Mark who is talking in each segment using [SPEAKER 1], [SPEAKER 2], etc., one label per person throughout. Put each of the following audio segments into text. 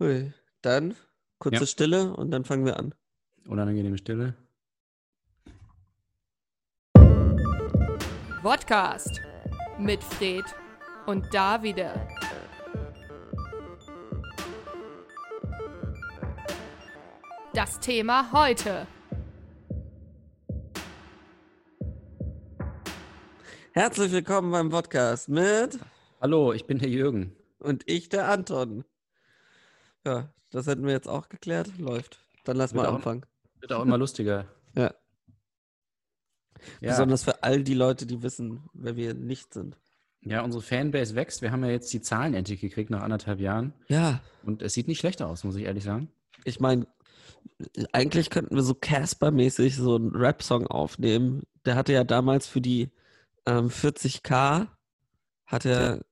[SPEAKER 1] Ui, dann kurze
[SPEAKER 2] Ja.
[SPEAKER 1] Stille und dann fangen wir an.
[SPEAKER 2] Unangenehme Stille.
[SPEAKER 3] Podcast mit Fred und Davide. Das Thema heute.
[SPEAKER 1] Herzlich willkommen beim Podcast mit
[SPEAKER 2] Hallo, ich bin der Jürgen.
[SPEAKER 1] und ich, der Anton. Ja, das hätten wir jetzt auch geklärt. Läuft. Dann lass
[SPEAKER 2] Wird
[SPEAKER 1] mal
[SPEAKER 2] auch-
[SPEAKER 1] anfangen.
[SPEAKER 2] Wird auch immer lustiger.
[SPEAKER 1] Ja.
[SPEAKER 2] Ja,
[SPEAKER 1] Besonders für all die Leute, die wissen, wer wir nicht sind.
[SPEAKER 2] ja, unsere Fanbase wächst. Wir haben ja jetzt die Zahlen endlich gekriegt nach anderthalb Jahren.
[SPEAKER 1] Ja,
[SPEAKER 2] Und es sieht nicht schlecht aus, muss ich ehrlich sagen.
[SPEAKER 1] ich meine, eigentlich könnten wir so Casper-mäßig so einen Rap-Song aufnehmen. Der hatte ja damals für die ähm, 40k hat er,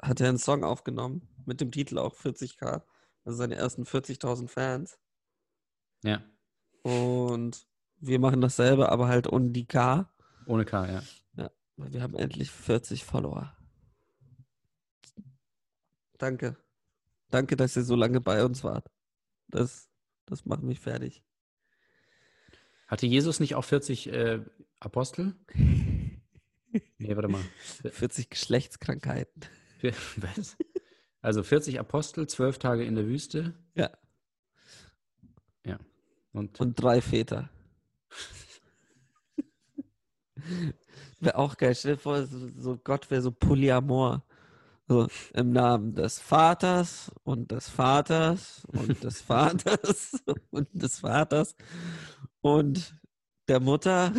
[SPEAKER 1] hat er einen Song aufgenommen mit dem Titel auch 40k. Also seine ersten 40.000 Fans.
[SPEAKER 2] Ja,
[SPEAKER 1] Und wir machen dasselbe, aber halt ohne die K.
[SPEAKER 2] ohne K, ja.
[SPEAKER 1] Weil Wir haben endlich 40 Follower. Danke. Danke, dass ihr so lange bei uns wart. Das, das macht mich fertig.
[SPEAKER 2] Hatte Jesus nicht auch 40 äh, Apostel? Nee, warte mal.
[SPEAKER 1] 40 Geschlechtskrankheiten.
[SPEAKER 2] Vier- Was? Also 40 Apostel, zwölf Tage in der Wüste.
[SPEAKER 1] Ja.
[SPEAKER 2] Ja. Und,
[SPEAKER 1] Und drei Väter. wäre auch geil. Stell dir vor, so, so Gott wäre so Polyamor. So, im Namen des Vaters und des Vaters und des Vaters und des Vaters und der Mutter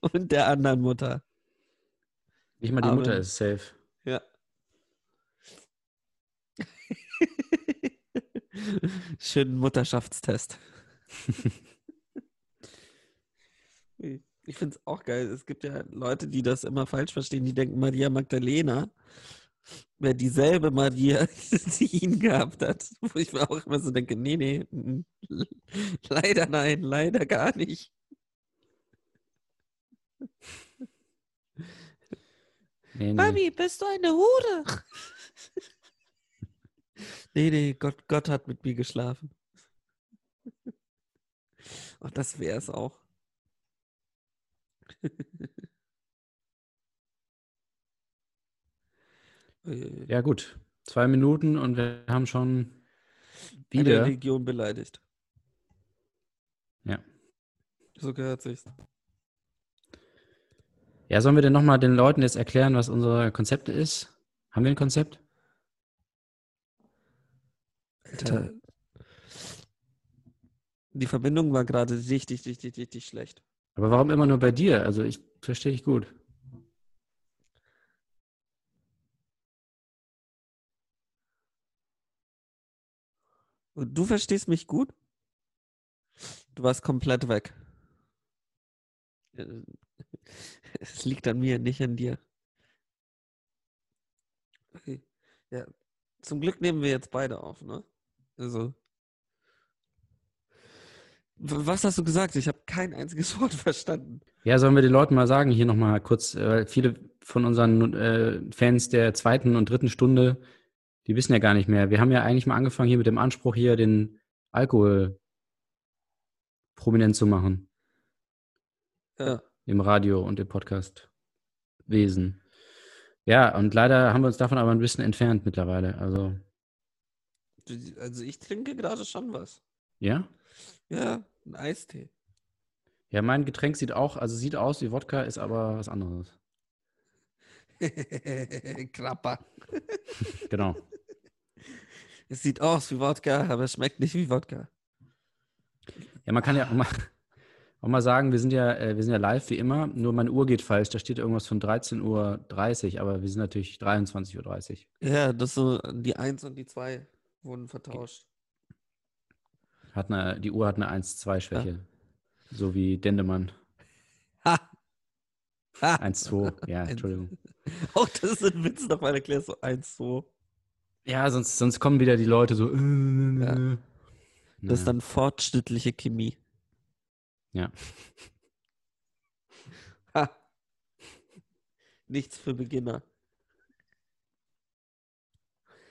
[SPEAKER 1] und der anderen Mutter.
[SPEAKER 2] nicht mal die
[SPEAKER 1] Amen.
[SPEAKER 2] Mutter ist safe.
[SPEAKER 1] Ja. Schönen Mutterschaftstest. Ich finde es auch geil. Es gibt ja Leute, die das immer falsch verstehen. Die denken, Maria Magdalena wäre dieselbe Maria, die ihn gehabt hat. Wo ich mir auch immer so denke, nee, nee, mm, mm. leider nein, leider gar nicht.
[SPEAKER 2] Nee, nee.
[SPEAKER 1] Mami, bist du eine Hure? nee, nee, Gott, Gott hat mit mir geschlafen. Und das wäre es auch. Uiuiui.
[SPEAKER 2] Ja, gut. Zwei Minuten und wir haben schon
[SPEAKER 1] Eine
[SPEAKER 2] wieder.
[SPEAKER 1] Religion beleidigt.
[SPEAKER 2] Ja.
[SPEAKER 1] So gehört sich's.
[SPEAKER 2] Ja, sollen wir denn nochmal den Leuten jetzt erklären, was unser Konzept ist? Haben wir ein Konzept?
[SPEAKER 1] Alter. Die Verbindung war gerade richtig, richtig, richtig schlecht.
[SPEAKER 2] Aber warum immer nur bei dir? Also ich verstehe dich gut.
[SPEAKER 1] Und du verstehst mich gut? Du warst komplett weg. Äh, Es liegt an mir, nicht an dir. Okay. Ja. Zum Glück nehmen wir jetzt beide auf, ne? Also. W- Was hast du gesagt? Ich habe kein einziges Wort verstanden.
[SPEAKER 2] Ja, sollen wir den Leuten mal sagen, hier nochmal kurz, äh, weil viele von unseren äh, Fans der zweiten und dritten Stunde, die wissen ja gar nicht mehr. Wir haben ja eigentlich mal angefangen hier mit dem Anspruch, hier den Alkohol prominent zu machen
[SPEAKER 1] Ja.
[SPEAKER 2] im Radio und im Podcastwesen. Ja, und leider haben wir uns davon aber ein bisschen entfernt mittlerweile. Also,
[SPEAKER 1] Du- Also ich trinke gerade schon was.
[SPEAKER 2] ja.
[SPEAKER 1] Ja, ein Eistee.
[SPEAKER 2] Ja, mein Getränk sieht auch, also sieht aus wie Wodka, ist aber was anderes.
[SPEAKER 1] Krapper.
[SPEAKER 2] Genau.
[SPEAKER 1] Es sieht aus wie Wodka, aber es schmeckt nicht wie Wodka.
[SPEAKER 2] Ja, man kann ja auch mal, auch mal sagen, wir sind ja, äh, wir sind ja live wie immer, nur meine Uhr geht falsch, da steht irgendwas von 13.30 Uhr, aber wir sind natürlich 23.30 Uhr.
[SPEAKER 1] Ja, das so, die 1 und die 2 wurden vertauscht.
[SPEAKER 2] Hat eine, die Uhr hat eine 1-2-Schwäche. So wie Dendemann.
[SPEAKER 1] Ha! Ha!
[SPEAKER 2] 1-2, ja, Entschuldigung.
[SPEAKER 1] Auch das ist ein Witz, nochmal erklärst so 1, 2.
[SPEAKER 2] Ja, sonst, sonst kommen wieder die Leute so. Äh,
[SPEAKER 1] Ja. Das ist
[SPEAKER 2] naja.
[SPEAKER 1] dann fortschrittliche Chemie.
[SPEAKER 2] Ja.
[SPEAKER 1] Ha! Nichts für Beginner.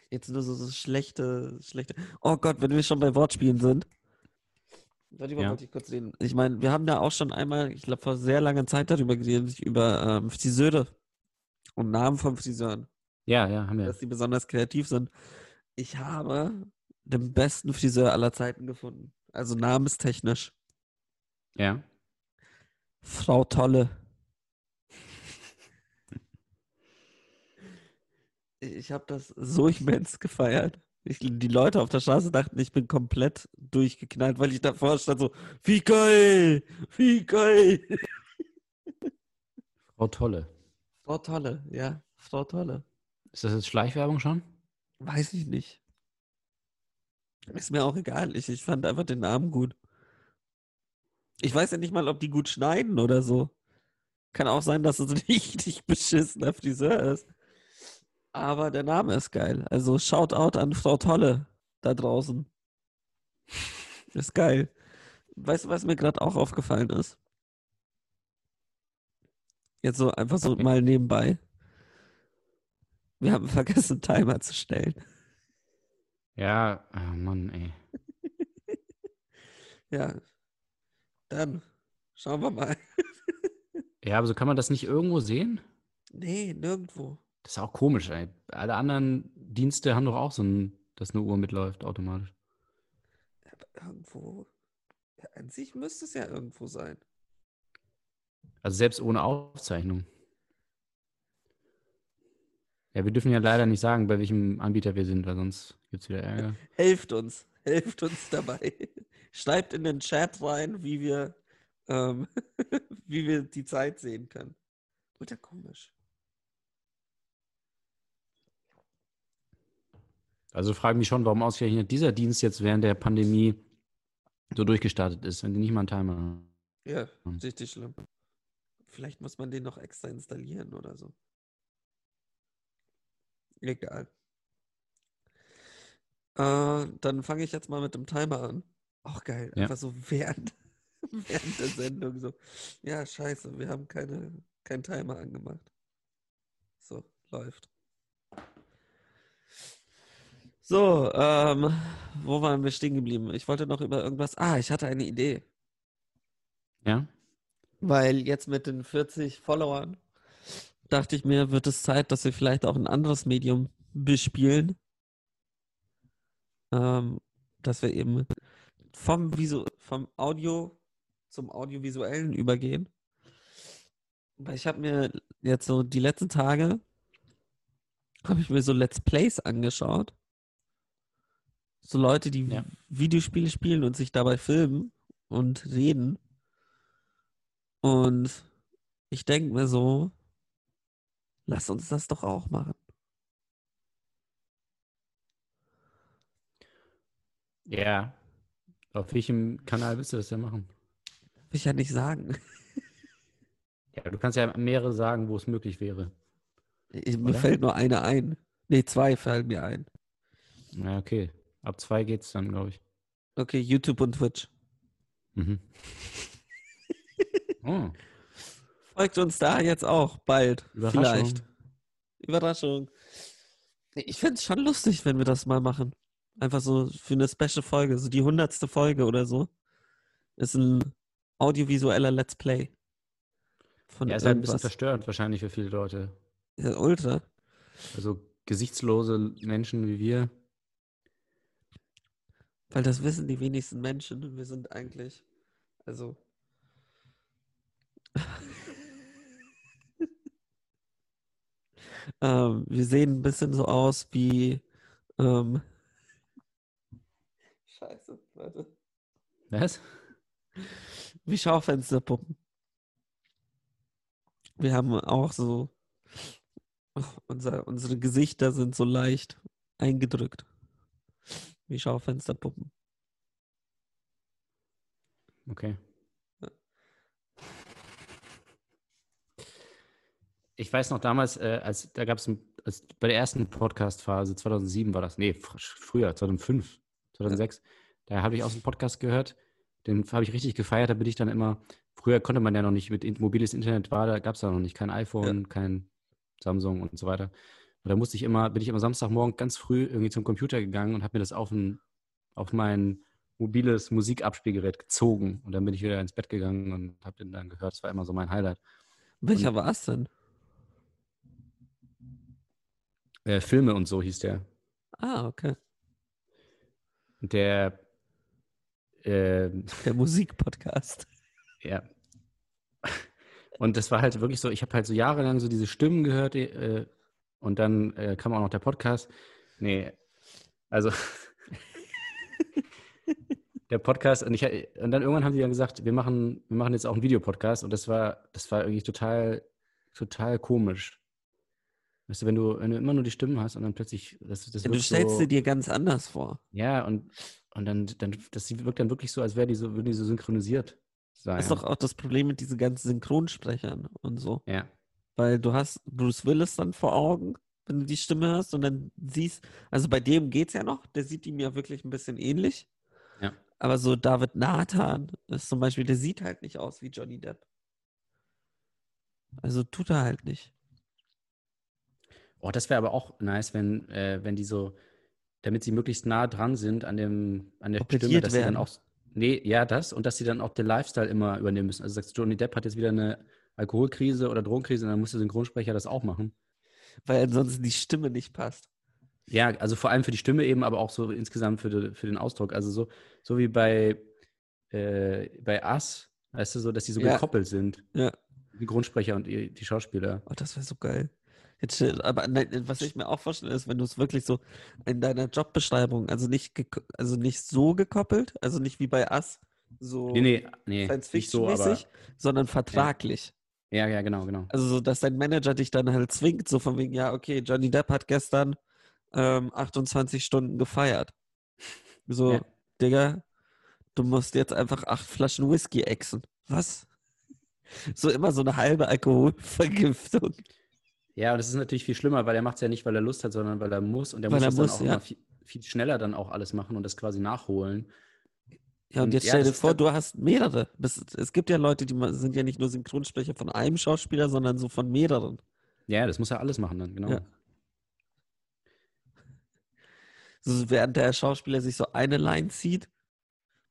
[SPEAKER 1] Jetzt nur so, so schlechte, schlechte. Oh Gott, wenn wir schon bei Wortspielen sind. Darüber
[SPEAKER 2] Ja.
[SPEAKER 1] wollte ich kurz reden. Ich meine, wir haben da auch schon einmal, ich glaube, vor sehr langer Zeit darüber geredet, über ähm, Friseure und Namen von Friseuren,
[SPEAKER 2] Ja, ja, haben wir.
[SPEAKER 1] dass die besonders kreativ sind. Ich habe den besten Friseur aller Zeiten gefunden. Also namenstechnisch.
[SPEAKER 2] Ja.
[SPEAKER 1] Frau Tolle. Ich habe das so immens gefeiert. Ich, die Leute auf der Straße dachten, ich bin komplett durchgeknallt, weil ich davor stand so, wie geil, wie geil.
[SPEAKER 2] Frau Tolle.
[SPEAKER 1] Frau Tolle, ja, Frau Tolle.
[SPEAKER 2] Ist das jetzt Schleichwerbung schon?
[SPEAKER 1] Weiß ich nicht. Ist mir auch egal. Ich, ich fand einfach den Namen gut. Ich weiß ja nicht mal, ob die gut schneiden oder so. Kann auch sein, dass es ein richtig beschissener Friseur ist. Aber der Name ist geil. Also Shoutout an Frau Tolle da draußen. Ist geil. Weißt du, was mir gerade auch aufgefallen ist? Jetzt so einfach so mal nebenbei. Wir haben vergessen, Timer zu stellen.
[SPEAKER 2] Ja, ah, Mann, ey.
[SPEAKER 1] Ja. Dann schauen wir mal.
[SPEAKER 2] Ja, aber so kann man das nicht irgendwo sehen?
[SPEAKER 1] Nee, nirgendwo.
[SPEAKER 2] Das ist auch komisch, ey. Alle anderen Dienste haben doch auch so ein, dass eine Uhr mitläuft automatisch.
[SPEAKER 1] Irgendwo. Ja, an sich müsste es ja irgendwo sein.
[SPEAKER 2] Also selbst ohne Aufzeichnung. Ja, wir dürfen ja leider nicht sagen, bei welchem Anbieter wir sind, weil sonst gibt es wieder Ärger.
[SPEAKER 1] Helft uns. Helft uns dabei. Schreibt in den Chat rein, wie wir, ähm, wie wir die Zeit sehen können. Ultra komisch.
[SPEAKER 2] Also frage mich schon, warum ausgerechnet dieser Dienst jetzt während der Pandemie so durchgestartet ist, wenn die nicht mal einen Timer haben.
[SPEAKER 1] Ja,
[SPEAKER 2] Hm.
[SPEAKER 1] richtig schlimm. Vielleicht muss man den noch extra installieren oder so. Egal. Äh, dann fange ich jetzt mal mit dem Timer an. Auch geil.
[SPEAKER 2] Ja.
[SPEAKER 1] Einfach so während, während der Sendung so. Ja, scheiße, wir haben keine, keinen Timer angemacht. So, läuft. So, ähm, wo waren wir stehen geblieben? Ich wollte noch über irgendwas. Ah, ich hatte eine Idee.
[SPEAKER 2] Ja?
[SPEAKER 1] Weil jetzt mit den 40 Followern dachte ich mir, wird es Zeit, dass wir vielleicht auch ein anderes Medium bespielen. Ähm, dass wir eben vom, Visu vom Audio zum Audiovisuellen übergehen. Weil ich habe mir jetzt so die letzten Tage, habe ich mir so Let's Plays angeschaut. So Leute, die
[SPEAKER 2] Ja.
[SPEAKER 1] Videospiele spielen und sich dabei filmen und reden. Und ich denke mir so, lass uns das doch auch machen.
[SPEAKER 2] Ja. Auf welchem Kanal willst du das denn machen?
[SPEAKER 1] Will ich ja nicht sagen.
[SPEAKER 2] Ja, du kannst ja mehrere sagen, wo es möglich wäre.
[SPEAKER 1] Ich, mir
[SPEAKER 2] Oder?
[SPEAKER 1] fällt nur eine ein. Nee, zwei fallen mir ein.
[SPEAKER 2] Ja, okay. Ab zwei geht's dann, glaube ich.
[SPEAKER 1] Okay, YouTube und Twitch.
[SPEAKER 2] Mhm. oh,
[SPEAKER 1] Folgt uns da jetzt auch bald.
[SPEAKER 2] Überraschung.
[SPEAKER 1] Vielleicht. Überraschung. Ich fände es schon lustig, wenn wir das mal machen. Einfach so für eine Special-Folge, so die hundertste Folge oder so. Ist ein audiovisueller Let's Play. Von
[SPEAKER 2] Ja, ist halt ein bisschen
[SPEAKER 1] irgendwas.
[SPEAKER 2] verstörend wahrscheinlich für viele Leute.
[SPEAKER 1] ja, ultra.
[SPEAKER 2] Also gesichtslose Menschen wie wir.
[SPEAKER 1] Weil das wissen die wenigsten Menschen. Wir sind eigentlich, also. ähm, wir sehen ein bisschen so aus wie. Ähm, Scheiße, warte.
[SPEAKER 2] Was?
[SPEAKER 1] Wie Schaufensterpuppen. Wir haben auch so. Ach, Unser, unsere Gesichter sind so leicht eingedrückt. Wie Schaufensterpuppen.
[SPEAKER 2] Okay. Ich weiß noch damals, äh, als da gab es als bei der ersten Podcast-Phase, 2007 war das, nee, fr früher, 2005, 2006, da habe ich auch so einen Podcast gehört, den habe ich richtig gefeiert, da bin ich dann immer, früher konnte man ja noch nicht, mit in- mobiles Internet war, da gab es ja noch nicht, kein iPhone, kein Samsung und so weiter. Und Und da musste ich immer, bin ich immer Samstagmorgen ganz früh irgendwie zum Computer gegangen und habe mir das auf, ein, auf mein mobiles Musikabspielgerät gezogen. Und dann bin ich wieder ins Bett gegangen und habe den dann gehört. Das war immer so mein Highlight.
[SPEAKER 1] Welcher war es denn?
[SPEAKER 2] Äh, Filme und so hieß der.
[SPEAKER 1] Ah, okay.
[SPEAKER 2] Der, äh,
[SPEAKER 1] Der Musikpodcast.
[SPEAKER 2] ja. Und das war halt wirklich so, ich habe halt so jahrelang so diese Stimmen gehört äh, und dann äh, kam auch noch der Podcast. Nee, also der Podcast und ich und dann irgendwann haben die dann gesagt, wir machen, wir machen jetzt auch einen Videopodcast und das war, das war irgendwie total, total komisch. Weißt du, wenn du, wenn du immer nur die Stimmen hast und dann plötzlich, das, das
[SPEAKER 1] Ja, du
[SPEAKER 2] wirkt
[SPEAKER 1] stellst
[SPEAKER 2] so,
[SPEAKER 1] sie dir ganz anders vor.
[SPEAKER 2] Ja, und, und dann, dann, das wirkt dann wirklich so, als wäre die so, würden die so synchronisiert sein.
[SPEAKER 1] Das ist doch auch das Problem mit diesen ganzen Synchronsprechern und so.
[SPEAKER 2] ja.
[SPEAKER 1] Weil du hast Bruce Willis dann vor Augen, wenn du die Stimme hörst und dann siehst, also bei dem geht's ja noch, der sieht ihm ja wirklich ein bisschen ähnlich.
[SPEAKER 2] Ja.
[SPEAKER 1] Aber so David Nathan ist zum Beispiel, der sieht halt nicht aus wie Johnny Depp. Also tut er halt nicht.
[SPEAKER 2] Oh, das wäre aber auch nice, wenn, äh, wenn die so, damit sie möglichst nah dran sind an dem, an der Stimme,
[SPEAKER 1] Operiert
[SPEAKER 2] dass sie dann
[SPEAKER 1] werden.
[SPEAKER 2] auch. Nee, ja, das und dass sie dann auch den Lifestyle immer übernehmen müssen. Also sagst du, Johnny Depp hat jetzt wieder eine Alkoholkrise oder Drogenkrise und dann muss der Synchronsprecher das auch machen.
[SPEAKER 1] Weil ansonsten die Stimme nicht passt.
[SPEAKER 2] Ja, also vor allem für die Stimme eben, aber auch so insgesamt für, de, für den Ausdruck. Also so, so wie bei, äh, bei Us, weißt du, so, dass die so
[SPEAKER 1] Ja.
[SPEAKER 2] gekoppelt sind.
[SPEAKER 1] Ja.
[SPEAKER 2] Die Grundsprecher und die, die Schauspieler.
[SPEAKER 1] Oh, das wäre so geil. Jetzt, stell- aber nein, was ich mir auch vorstelle, ist, wenn du es wirklich so in deiner Jobbeschreibung, also nicht, geko- also nicht so gekoppelt, also nicht wie bei Us, so
[SPEAKER 2] Nee, nee, nee. Nicht so, aber.
[SPEAKER 1] Science-Fiction-mäßig, sondern vertraglich.
[SPEAKER 2] Ja, ja, genau, genau.
[SPEAKER 1] Also, so, dass dein Manager dich dann halt zwingt, so von wegen, ja, okay, Johnny Depp hat gestern ähm, 28 Stunden gefeiert. So,
[SPEAKER 2] Ja.
[SPEAKER 1] Digga, du musst jetzt einfach acht Flaschen Whisky exen. Was? So immer so eine halbe Alkoholvergiftung.
[SPEAKER 2] Ja, und das ist natürlich viel schlimmer, weil er macht es ja nicht, weil er Lust hat, sondern weil er muss. Und er
[SPEAKER 1] Weil
[SPEAKER 2] muss
[SPEAKER 1] er
[SPEAKER 2] das dann
[SPEAKER 1] muss,
[SPEAKER 2] auch
[SPEAKER 1] ja.
[SPEAKER 2] immer viel, viel schneller dann auch alles machen und das quasi nachholen.
[SPEAKER 1] Ja, und
[SPEAKER 2] Und
[SPEAKER 1] jetzt
[SPEAKER 2] Hm, ja,
[SPEAKER 1] stell
[SPEAKER 2] das
[SPEAKER 1] dir
[SPEAKER 2] ist
[SPEAKER 1] vor,
[SPEAKER 2] dann-
[SPEAKER 1] du hast mehrere. Das, es gibt ja Leute, die ma- sind ja nicht nur Synchronsprecher von einem Schauspieler, sondern so von mehreren.
[SPEAKER 2] Ja, das muss er alles machen dann, genau.
[SPEAKER 1] Ja. So, während der Schauspieler sich so eine Line zieht,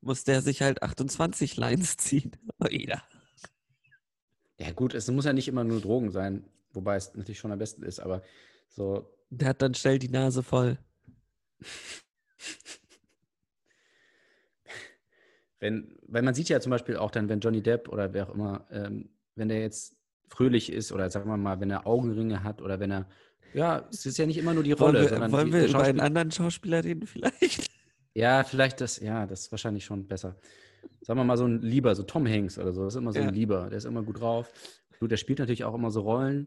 [SPEAKER 1] muss der sich halt 28 Lines ziehen. Oh, Oida.
[SPEAKER 2] Ja, gut, es muss ja nicht immer nur Drogen sein, wobei es natürlich schon am besten ist, aber so,
[SPEAKER 1] Der hat dann schnell die Nase voll.
[SPEAKER 2] wenn, weil man sieht ja zum Beispiel auch dann, wenn Johnny Depp oder wer auch immer, ähm, wenn der jetzt fröhlich ist oder sagen wir mal, wenn er Augenringe hat oder wenn er, ja, es ist ja nicht immer nur die
[SPEAKER 1] Wollen
[SPEAKER 2] Rolle,
[SPEAKER 1] wir,
[SPEAKER 2] sondern
[SPEAKER 1] wollen
[SPEAKER 2] die,
[SPEAKER 1] wir
[SPEAKER 2] der
[SPEAKER 1] über einen
[SPEAKER 2] Schauspieler-
[SPEAKER 1] anderen Schauspieler reden vielleicht?
[SPEAKER 2] Ja, vielleicht das, ja, das ist wahrscheinlich schon besser. Sagen wir mal so ein Lieber, so Tom Hanks oder so, das ist immer so
[SPEAKER 1] Ja.
[SPEAKER 2] ein Lieber, der ist immer gut drauf. Du, der spielt natürlich auch immer so Rollen,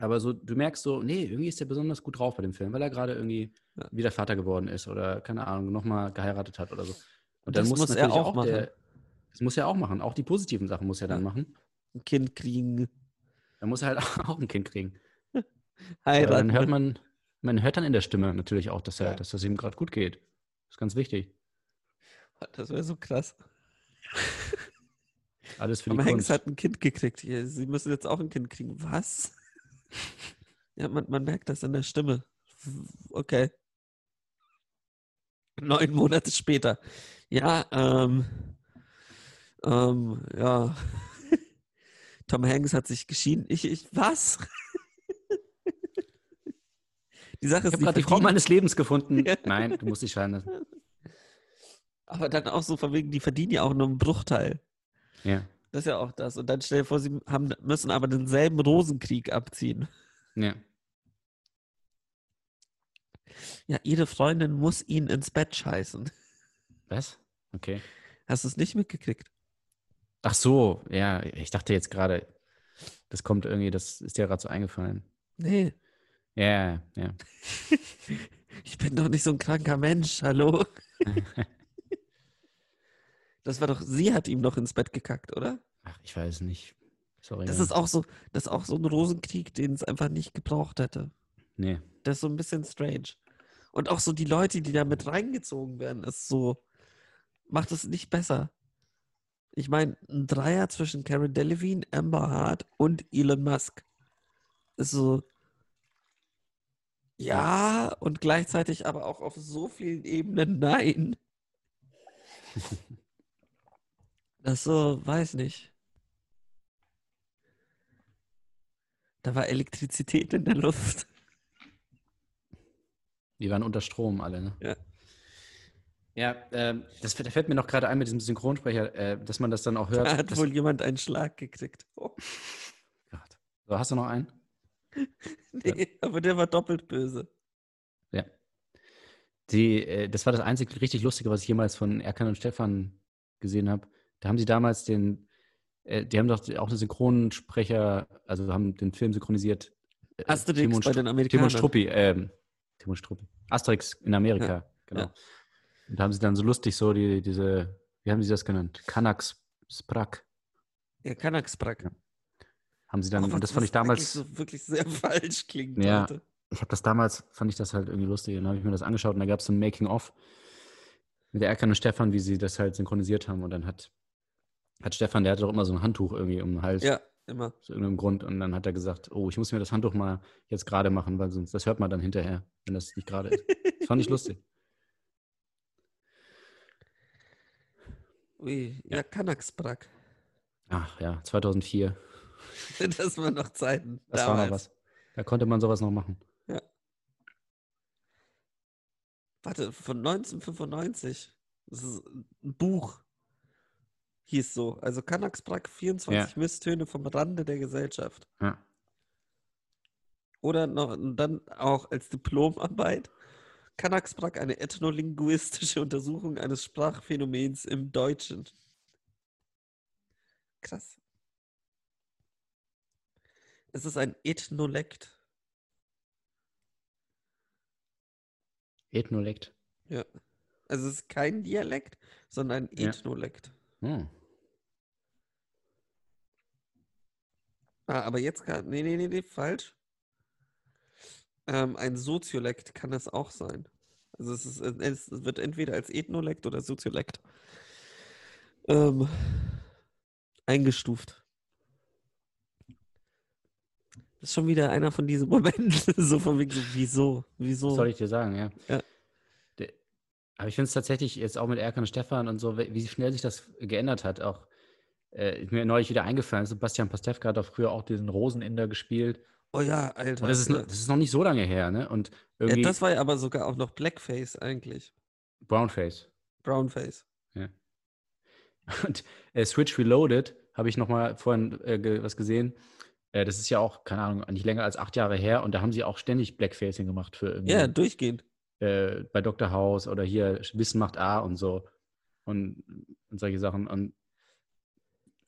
[SPEAKER 2] aber so, du merkst so, nee, irgendwie ist der besonders gut drauf bei dem Film, weil er gerade irgendwie
[SPEAKER 1] Ja.
[SPEAKER 2] wieder Vater geworden ist oder, keine Ahnung, nochmal geheiratet hat oder so. Und
[SPEAKER 1] Das muss er
[SPEAKER 2] natürlich
[SPEAKER 1] auch machen.
[SPEAKER 2] der- das muss er auch machen, auch die positiven Sachen muss er dann
[SPEAKER 1] Ja.
[SPEAKER 2] machen.
[SPEAKER 1] Ein Kind kriegen,
[SPEAKER 2] Dann muss er halt auch ein Kind kriegen. Aber
[SPEAKER 1] heiraten.
[SPEAKER 2] dann hört man, man hört dann in der Stimme natürlich auch, dass, er, dass das ihm gerade gut geht. ist ganz wichtig.
[SPEAKER 1] Das wäre so krass.
[SPEAKER 2] Alles für die
[SPEAKER 1] Tom Hanks
[SPEAKER 2] Kunst.
[SPEAKER 1] hat ein Kind gekriegt. Hier, Sie müssen jetzt auch ein Kind kriegen. Was? ja, man, man merkt das in der Stimme. Okay. Neun Monate später. Ja, ähm, ähm, ja. Tom Hanks hat sich geschieden. Ich, ich, was? die Sache
[SPEAKER 2] Ich
[SPEAKER 1] ist,
[SPEAKER 2] habe
[SPEAKER 1] die
[SPEAKER 2] gerade die Frau
[SPEAKER 1] verdienen-
[SPEAKER 2] meines Lebens gefunden.
[SPEAKER 1] Ja.
[SPEAKER 2] Nein, du musst dich scheiden lassen.
[SPEAKER 1] aber dann auch so von wegen, die verdienen ja auch nur einen Bruchteil.
[SPEAKER 2] Ja.
[SPEAKER 1] Das ist ja auch das. Und dann stell dir vor, sie haben, müssen aber denselben Rosenkrieg abziehen.
[SPEAKER 2] ja.
[SPEAKER 1] Ja, ihre Freundin muss ihn ins Bett scheißen.
[SPEAKER 2] Was? Okay.
[SPEAKER 1] Hast du es nicht mitgekriegt?
[SPEAKER 2] Ach so, ja, ich dachte jetzt gerade, das kommt irgendwie, das ist dir gerade so eingefallen.
[SPEAKER 1] Nee,
[SPEAKER 2] Ja, ja.
[SPEAKER 1] ich bin doch nicht so ein kranker Mensch, hallo. das war doch, sie hat ihm doch ins Bett gekackt, oder?
[SPEAKER 2] Ach, ich weiß nicht. Sorry.
[SPEAKER 1] Das
[SPEAKER 2] ja.
[SPEAKER 1] ist auch so, das ist auch so ein Rosenkrieg, den es einfach nicht gebraucht hätte.
[SPEAKER 2] Nee.
[SPEAKER 1] Das ist so ein bisschen strange. Und auch so die Leute, die da mit reingezogen werden, ist so, macht es nicht besser. Ich meine, ein Dreier zwischen Karen Delevingne, Amber Hart und Elon Musk ist so, ja und gleichzeitig aber auch auf so vielen Ebenen nein. Das so, weiß nicht. Da war Elektrizität in der Luft.
[SPEAKER 2] Die waren unter Strom alle, ne?
[SPEAKER 1] Ja.
[SPEAKER 2] Ja, ähm, das, da fällt mir noch gerade ein mit diesem Synchronsprecher, äh, dass man das dann auch hört.
[SPEAKER 1] Da hat
[SPEAKER 2] das,
[SPEAKER 1] wohl jemand einen Schlag gekriegt. Oh,
[SPEAKER 2] Gott. so, hast du noch einen?
[SPEAKER 1] nee, aber der war doppelt böse.
[SPEAKER 2] Die, äh, das war das einzige richtig Lustige, was ich jemals von Erkan und Stefan gesehen habe. Da haben sie damals den, äh, die haben doch auch einen Synchronsprecher, also haben den Film synchronisiert. Äh,
[SPEAKER 1] Asterix
[SPEAKER 2] Timon
[SPEAKER 1] bei
[SPEAKER 2] Stru-
[SPEAKER 1] den Amerikanern.
[SPEAKER 2] Timon Struppi, ähm, Timon Struppi. Asterix in Amerika, genau.
[SPEAKER 1] ja.
[SPEAKER 2] Und da haben sie dann so lustig so die, diese, wie haben sie das genannt? Kanaks Sprack.
[SPEAKER 1] Ja, Kanaksbrack.
[SPEAKER 2] Ja, Haben sie dann,
[SPEAKER 1] Auch Oh, was-
[SPEAKER 2] und das fand
[SPEAKER 1] was
[SPEAKER 2] ich damals,
[SPEAKER 1] eigentlich So wirklich sehr falsch klingt.
[SPEAKER 2] Ja.
[SPEAKER 1] heute.
[SPEAKER 2] ich habe das damals, fand ich das halt irgendwie lustig. Und dann habe ich mir das angeschaut und da gab es so ein Making-of mit der Erkan und Stefan, wie sie das halt synchronisiert haben. Und dann hat, hat Stefan, der hatte doch immer so ein Handtuch irgendwie um den Hals,
[SPEAKER 1] ja, immer.
[SPEAKER 2] aus irgendeinem Grund. Und dann hat er gesagt, oh, ich muss mir das Handtuch mal jetzt gerade machen, weil sonst, das hört man dann hinterher, wenn das nicht gerade ist. Das fand ich lustig.
[SPEAKER 1] Ui, ja, Kanaksbrack.
[SPEAKER 2] Ach ja, 2004.
[SPEAKER 1] Das waren noch Zeiten.
[SPEAKER 2] Das war mal was. Da konnte man sowas noch machen.
[SPEAKER 1] Warte, von 1995. Das ist ein Buch. Hieß so. Also Kanaksbrack, 24 Misstöne vom Rande der Gesellschaft.
[SPEAKER 2] Ja.
[SPEAKER 1] Oder noch, und dann auch als Diplomarbeit. Kanaksbrack, eine ethnolinguistische Untersuchung eines Sprachphänomens im Deutschen. Krass. Es ist ein Ethnolekt.
[SPEAKER 2] Ethnolekt.
[SPEAKER 1] Ja. Also es ist kein Dialekt, sondern ein
[SPEAKER 2] Ja.
[SPEAKER 1] Ethnolekt.
[SPEAKER 2] Oh.
[SPEAKER 1] Ah, aber jetzt kann. Nee, nee, nee, nee, falsch. Ähm, ein Soziolekt kann das auch sein. Also es, ist, es wird entweder als Ethnolekt oder Soziolekt ähm, eingestuft. Das ist schon wieder einer von diesen Momenten, so von wegen so, wieso, wieso?
[SPEAKER 2] Was soll ich dir sagen, ja.
[SPEAKER 1] Ja.
[SPEAKER 2] Der- Aber ich finde es tatsächlich jetzt auch mit Erkan und Stefan und so, wie wie schnell sich das geändert hat, auch äh, ist mir neulich wieder eingefallen, Sebastian Pastewka hat doch früher auch diesen Roseninder gespielt.
[SPEAKER 1] Oh ja, Alter.
[SPEAKER 2] Und das ist,
[SPEAKER 1] ja.
[SPEAKER 2] no- das ist noch nicht so lange her, ne? Und
[SPEAKER 1] ja,
[SPEAKER 2] irgendwie
[SPEAKER 1] das war ja aber sogar auch noch Blackface eigentlich.
[SPEAKER 2] Brownface.
[SPEAKER 1] Brownface.
[SPEAKER 2] Und äh, Switch Reloaded habe ich nochmal vorhin äh, ge was gesehen. Äh, das ist ja auch, keine Ahnung, nicht länger als acht Jahre her und da haben sie auch ständig Blackfacing gemacht für irgendwie.
[SPEAKER 1] Ja, durchgehend.
[SPEAKER 2] äh, bei Dr. House oder hier Wissen macht A und so und, und solche Sachen. Und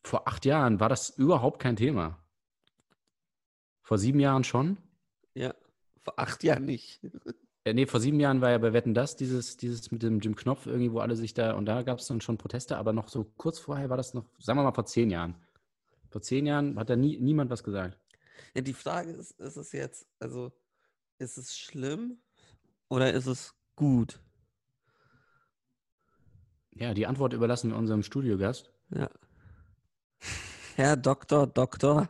[SPEAKER 2] vor acht Jahren war das überhaupt kein Thema. Vor sieben Jahren schon?
[SPEAKER 1] Ja. Vor acht Jahren nicht.
[SPEAKER 2] Äh, nee, vor sieben Jahren war ja bei Wetten das dieses, dieses mit dem Jim Knopf irgendwie, wo alle sich da und da gab es dann schon Proteste, aber noch so kurz vorher war das noch, sagen wir mal vor zehn Jahren. Vor zehn Jahren hat da nie, niemand was gesagt.
[SPEAKER 1] Ja, die Frage ist, ist es jetzt, also ist es schlimm oder ist es gut?
[SPEAKER 2] Ja, die Antwort überlassen wir unserem Studiogast.
[SPEAKER 1] Ja. Herr Doktor, Doktor.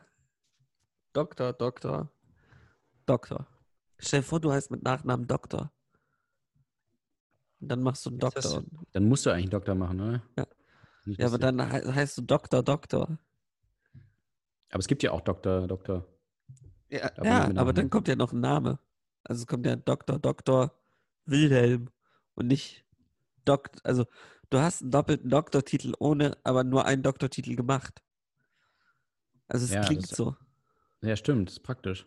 [SPEAKER 1] Doktor, Doktor. Doktor. Stell dir vor, du heißt mit Nachnamen Doktor. Und dann machst du einen
[SPEAKER 2] Jetzt hast
[SPEAKER 1] Doktor.
[SPEAKER 2] du- Dann musst du eigentlich einen Doktor machen, ne?
[SPEAKER 1] Ja.
[SPEAKER 2] Nicht
[SPEAKER 1] Ja, aber
[SPEAKER 2] lustig.
[SPEAKER 1] dann hei- heißt du Doktor, Doktor.
[SPEAKER 2] aber es gibt ja auch Doktor, Doktor.
[SPEAKER 1] Ja,
[SPEAKER 2] Aber
[SPEAKER 1] ja
[SPEAKER 2] nicht mit
[SPEAKER 1] aber dann
[SPEAKER 2] Nachnamen.
[SPEAKER 1] kommt ja noch ein Name. Also es kommt ja Dr. Dr. Wilhelm und nicht Dok also du hast einen doppelten Doktortitel ohne, aber nur einen Doktortitel gemacht. Also es
[SPEAKER 2] Ja,
[SPEAKER 1] klingt
[SPEAKER 2] das-
[SPEAKER 1] so.
[SPEAKER 2] Ja, stimmt, ist praktisch.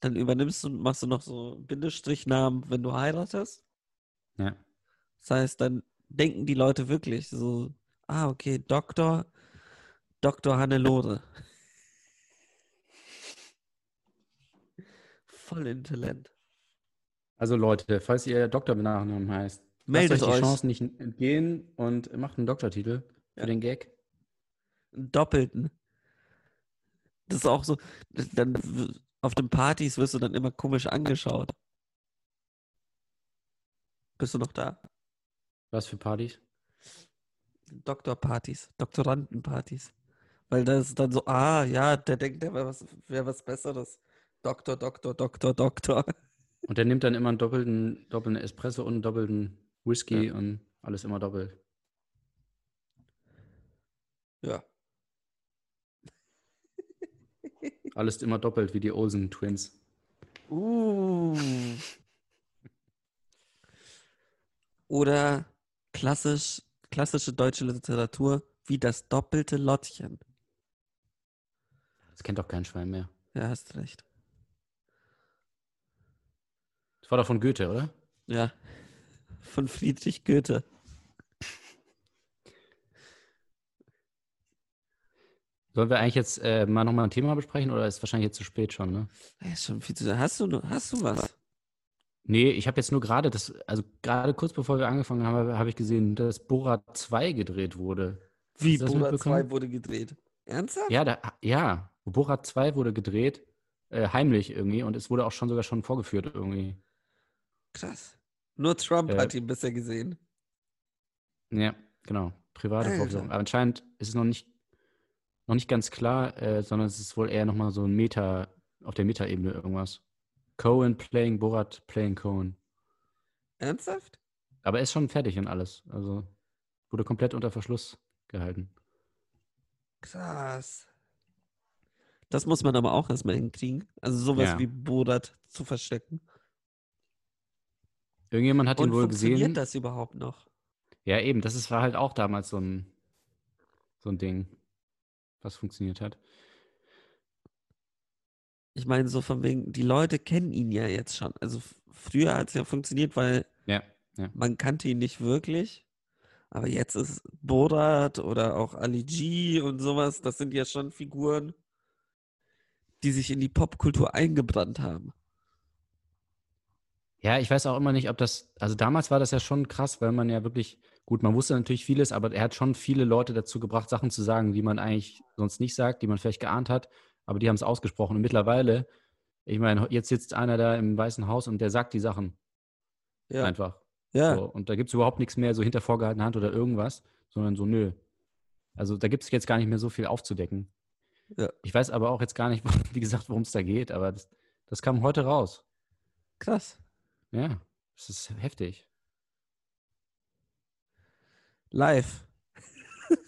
[SPEAKER 1] Dann übernimmst du und machst du noch so Bindestrichnamen, wenn du heiratest.
[SPEAKER 2] Ja.
[SPEAKER 1] Das heißt, dann denken die Leute wirklich so, ah, okay, Doktor, Dr. Hannelore. Voll intelligent.
[SPEAKER 2] Also Leute, falls ihr Doktor mit Nachnamen heißt,
[SPEAKER 1] Meldet
[SPEAKER 2] lasst euch die
[SPEAKER 1] euch.
[SPEAKER 2] Chancen nicht entgehen und macht einen Doktortitel für
[SPEAKER 1] Ja.
[SPEAKER 2] den Gag.
[SPEAKER 1] einen doppelten. Das ist auch so, das- dann w- auf den Partys wirst du dann immer komisch angeschaut. Bist du noch da?
[SPEAKER 2] Was für Partys?
[SPEAKER 1] Doktorpartys, Doktorandenpartys. Weil das ist dann so, ah ja, der denkt, der wäre was, wär was Besseres. Doktor, Doktor, Doktor, Doktor.
[SPEAKER 2] Und der nimmt dann immer einen doppelten, doppelten Espresso und einen doppelten Whisky und alles immer doppelt.
[SPEAKER 1] Ja.
[SPEAKER 2] Alles immer doppelt wie die Olsen Twins.
[SPEAKER 1] Uh. Oder klassisch, klassische deutsche Literatur wie das doppelte Lottchen.
[SPEAKER 2] Das kennt doch kein Schwein mehr.
[SPEAKER 1] Ja, hast recht.
[SPEAKER 2] Das war doch von Goethe, oder?
[SPEAKER 1] Ja. Von Friedrich Goethe.
[SPEAKER 2] Sollen wir eigentlich jetzt äh, mal nochmal ein Thema besprechen oder ist wahrscheinlich jetzt zu spät schon, ne?
[SPEAKER 1] Ja, ist schon viel zu hast du, noch- hast du was?
[SPEAKER 2] Nee, ich habe jetzt nur gerade das, also gerade kurz bevor wir angefangen haben, habe ich gesehen, dass Borat 2 gedreht wurde.
[SPEAKER 1] Wie
[SPEAKER 2] Hast du das
[SPEAKER 1] Borat
[SPEAKER 2] mitbekommen?
[SPEAKER 1] 2 wurde gedreht. Ernsthaft?
[SPEAKER 2] Ja, da, ja, Borat 2 wurde gedreht, äh, heimlich irgendwie und es wurde auch schon sogar schon vorgeführt irgendwie.
[SPEAKER 1] Krass. Nur Trump
[SPEAKER 2] Äh,
[SPEAKER 1] hat ihn bisher gesehen.
[SPEAKER 2] Ja, genau, private
[SPEAKER 1] Alter.
[SPEAKER 2] Vorführung. Aber anscheinend ist es noch nicht, noch nicht ganz klar, äh, sondern es ist wohl eher nochmal so ein Meta, auf der Meta-Ebene irgendwas. Cohen playing Borat playing Cohen.
[SPEAKER 1] Ernsthaft?
[SPEAKER 2] Aber er ist schon fertig und alles. Also wurde komplett unter Verschluss gehalten.
[SPEAKER 1] Krass. Das muss man aber auch erstmal hinkriegen. Also sowas
[SPEAKER 2] Ja.
[SPEAKER 1] wie Borat zu verstecken.
[SPEAKER 2] Irgendjemand hat
[SPEAKER 1] Und
[SPEAKER 2] ihn wohl
[SPEAKER 1] funktioniert
[SPEAKER 2] gesehen.
[SPEAKER 1] das überhaupt noch?
[SPEAKER 2] Ja, eben, das ist, war halt auch damals so ein, so ein Ding, was funktioniert hat.
[SPEAKER 1] Ich meine, so von wegen, die Leute kennen ihn ja jetzt schon. Also f- früher hat es ja funktioniert, weil
[SPEAKER 2] Ja,
[SPEAKER 1] man kannte ihn nicht wirklich. Aber jetzt ist Borat oder auch Ali G und sowas, das sind ja schon Figuren, die sich in die Popkultur eingebrannt haben.
[SPEAKER 2] Ja, ich weiß auch immer nicht, ob das, also damals war das ja schon krass, weil man ja wirklich, gut, man wusste natürlich vieles, aber er hat schon viele Leute dazu gebracht, Sachen zu sagen, die man eigentlich sonst nicht sagt, die man vielleicht geahnt hat, aber die haben es ausgesprochen. Und mittlerweile, ich meine, jetzt sitzt einer da im Weißen Haus und der sagt die Sachen
[SPEAKER 1] Ja,
[SPEAKER 2] einfach.
[SPEAKER 1] ja.
[SPEAKER 2] So, und da gibt es überhaupt nichts mehr so hinter vorgehaltener Hand oder irgendwas, sondern so, nö. Also da gibt es jetzt gar nicht mehr so viel aufzudecken.
[SPEAKER 1] Ja.
[SPEAKER 2] Ich weiß aber auch jetzt gar nicht, wie gesagt, worum es da geht, aber das, das kam heute raus.
[SPEAKER 1] krass.
[SPEAKER 2] Ja, es ist heftig.
[SPEAKER 1] Live.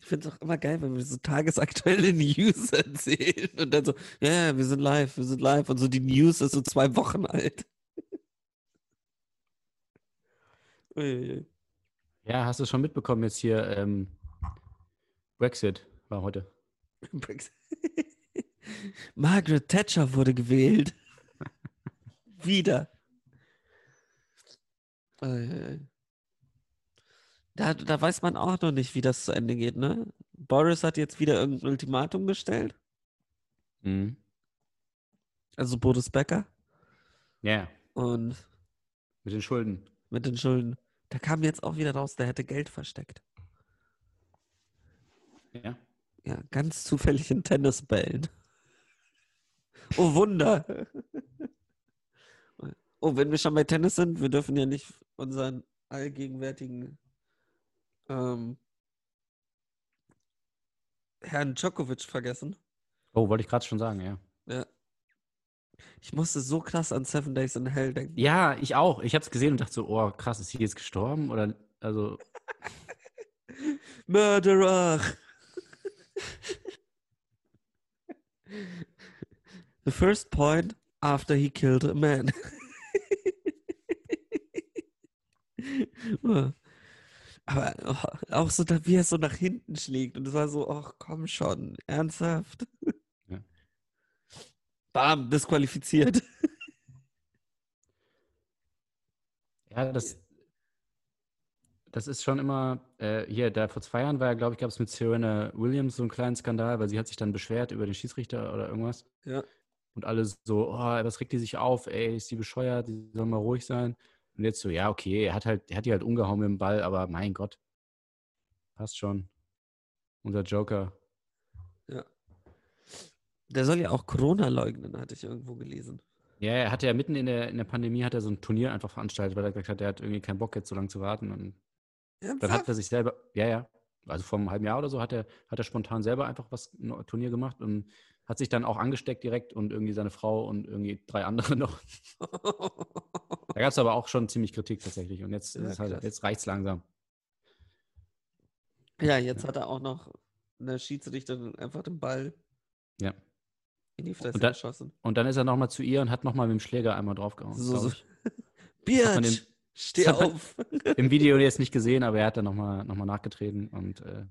[SPEAKER 1] Ich finde es auch immer geil, wenn wir so tagesaktuelle News erzählen und dann so, ja, ja, wir sind live, wir sind live und so die News ist so zwei Wochen alt. Uiuiui.
[SPEAKER 2] Ja, hast du schon mitbekommen jetzt hier, ähm, Brexit war heute.
[SPEAKER 1] Brexit. Margaret Thatcher wurde gewählt. Wieder. Uiuiui. Da, da weiß man auch noch nicht, wie das zu Ende geht, ne? Boris hat jetzt wieder irgendein Ultimatum gestellt.
[SPEAKER 2] Mhm.
[SPEAKER 1] Also Boris Becker
[SPEAKER 2] Ja,
[SPEAKER 1] und
[SPEAKER 2] mit den Schulden.
[SPEAKER 1] mit den Schulden. Da kam jetzt auch wieder raus, der hätte Geld versteckt.
[SPEAKER 2] Ja.
[SPEAKER 1] Ja, ganz zufällig in Tennisbällen. Oh Wunder! Oh, wenn wir schon bei Tennis sind, wir dürfen ja nicht unseren allgegenwärtigen ähm, Herrn Djokovic vergessen.
[SPEAKER 2] Oh, wollte ich gerade schon sagen, ja.
[SPEAKER 1] Ich musste so krass an Seven Days in Hell denken.
[SPEAKER 2] Ja, ich auch. Ich habe es gesehen und dachte so, oh, krass, ist sie jetzt gestorben? Oder, also,
[SPEAKER 1] Murderer! The first point after he killed a man. Ja. Oh. Aber auch- auch so, da- wie er so nach hinten schlägt. Und es war so, ach komm schon, ernsthaft.
[SPEAKER 2] Ja.
[SPEAKER 1] Bam, disqualifiziert.
[SPEAKER 2] Ja, das, das ist schon immer, äh, hier, da vor zwei Jahren war ja, glaube ich, gab es mit Serena Williams so einen kleinen Skandal, weil sie hat sich dann beschwert über den Schiedsrichter oder irgendwas.
[SPEAKER 1] Ja.
[SPEAKER 2] Und alle so, oh, was regt die sich auf, ey, ist die bescheuert, die soll mal ruhig sein. Und jetzt so, ja, okay, er hat halt, er hat die halt umgehauen mit dem Ball, aber mein Gott, passt schon. Unser Joker.
[SPEAKER 1] Der soll ja auch Corona leugnen, hatte ich irgendwo gelesen.
[SPEAKER 2] Ja, er hatte ja mitten in der, in der Pandemie hat er so ein Turnier einfach veranstaltet, weil er gesagt hat, er hat irgendwie keinen Bock jetzt so lange zu warten und Dann hat er sich selber, ja, ja, also vor einem halben Jahr oder so hat er, hat er spontan selber einfach was, ein Turnier gemacht und hat sich dann auch angesteckt direkt und irgendwie seine Frau und irgendwie drei andere noch. Da gab es aber auch schon ziemlich Kritik tatsächlich. Und jetzt,
[SPEAKER 1] Ja,
[SPEAKER 2] ist es halt,
[SPEAKER 1] krass.
[SPEAKER 2] jetzt reicht's langsam.
[SPEAKER 1] ja, jetzt hat er auch noch eine Schiedsrichterin einfach den Ball
[SPEAKER 2] Ja.
[SPEAKER 1] in die Fresse
[SPEAKER 2] Und da-
[SPEAKER 1] geschossen.
[SPEAKER 2] Und dann ist er nochmal zu ihr und hat nochmal mit dem Schläger einmal draufgehauen.
[SPEAKER 1] So,
[SPEAKER 2] glaub
[SPEAKER 1] so.
[SPEAKER 2] ich. Hat man den-
[SPEAKER 1] Biatch, steh
[SPEAKER 2] hat man-
[SPEAKER 1] auf.
[SPEAKER 2] Im Video jetzt nicht gesehen, aber er hat dann nochmal noch mal nachgetreten und äh,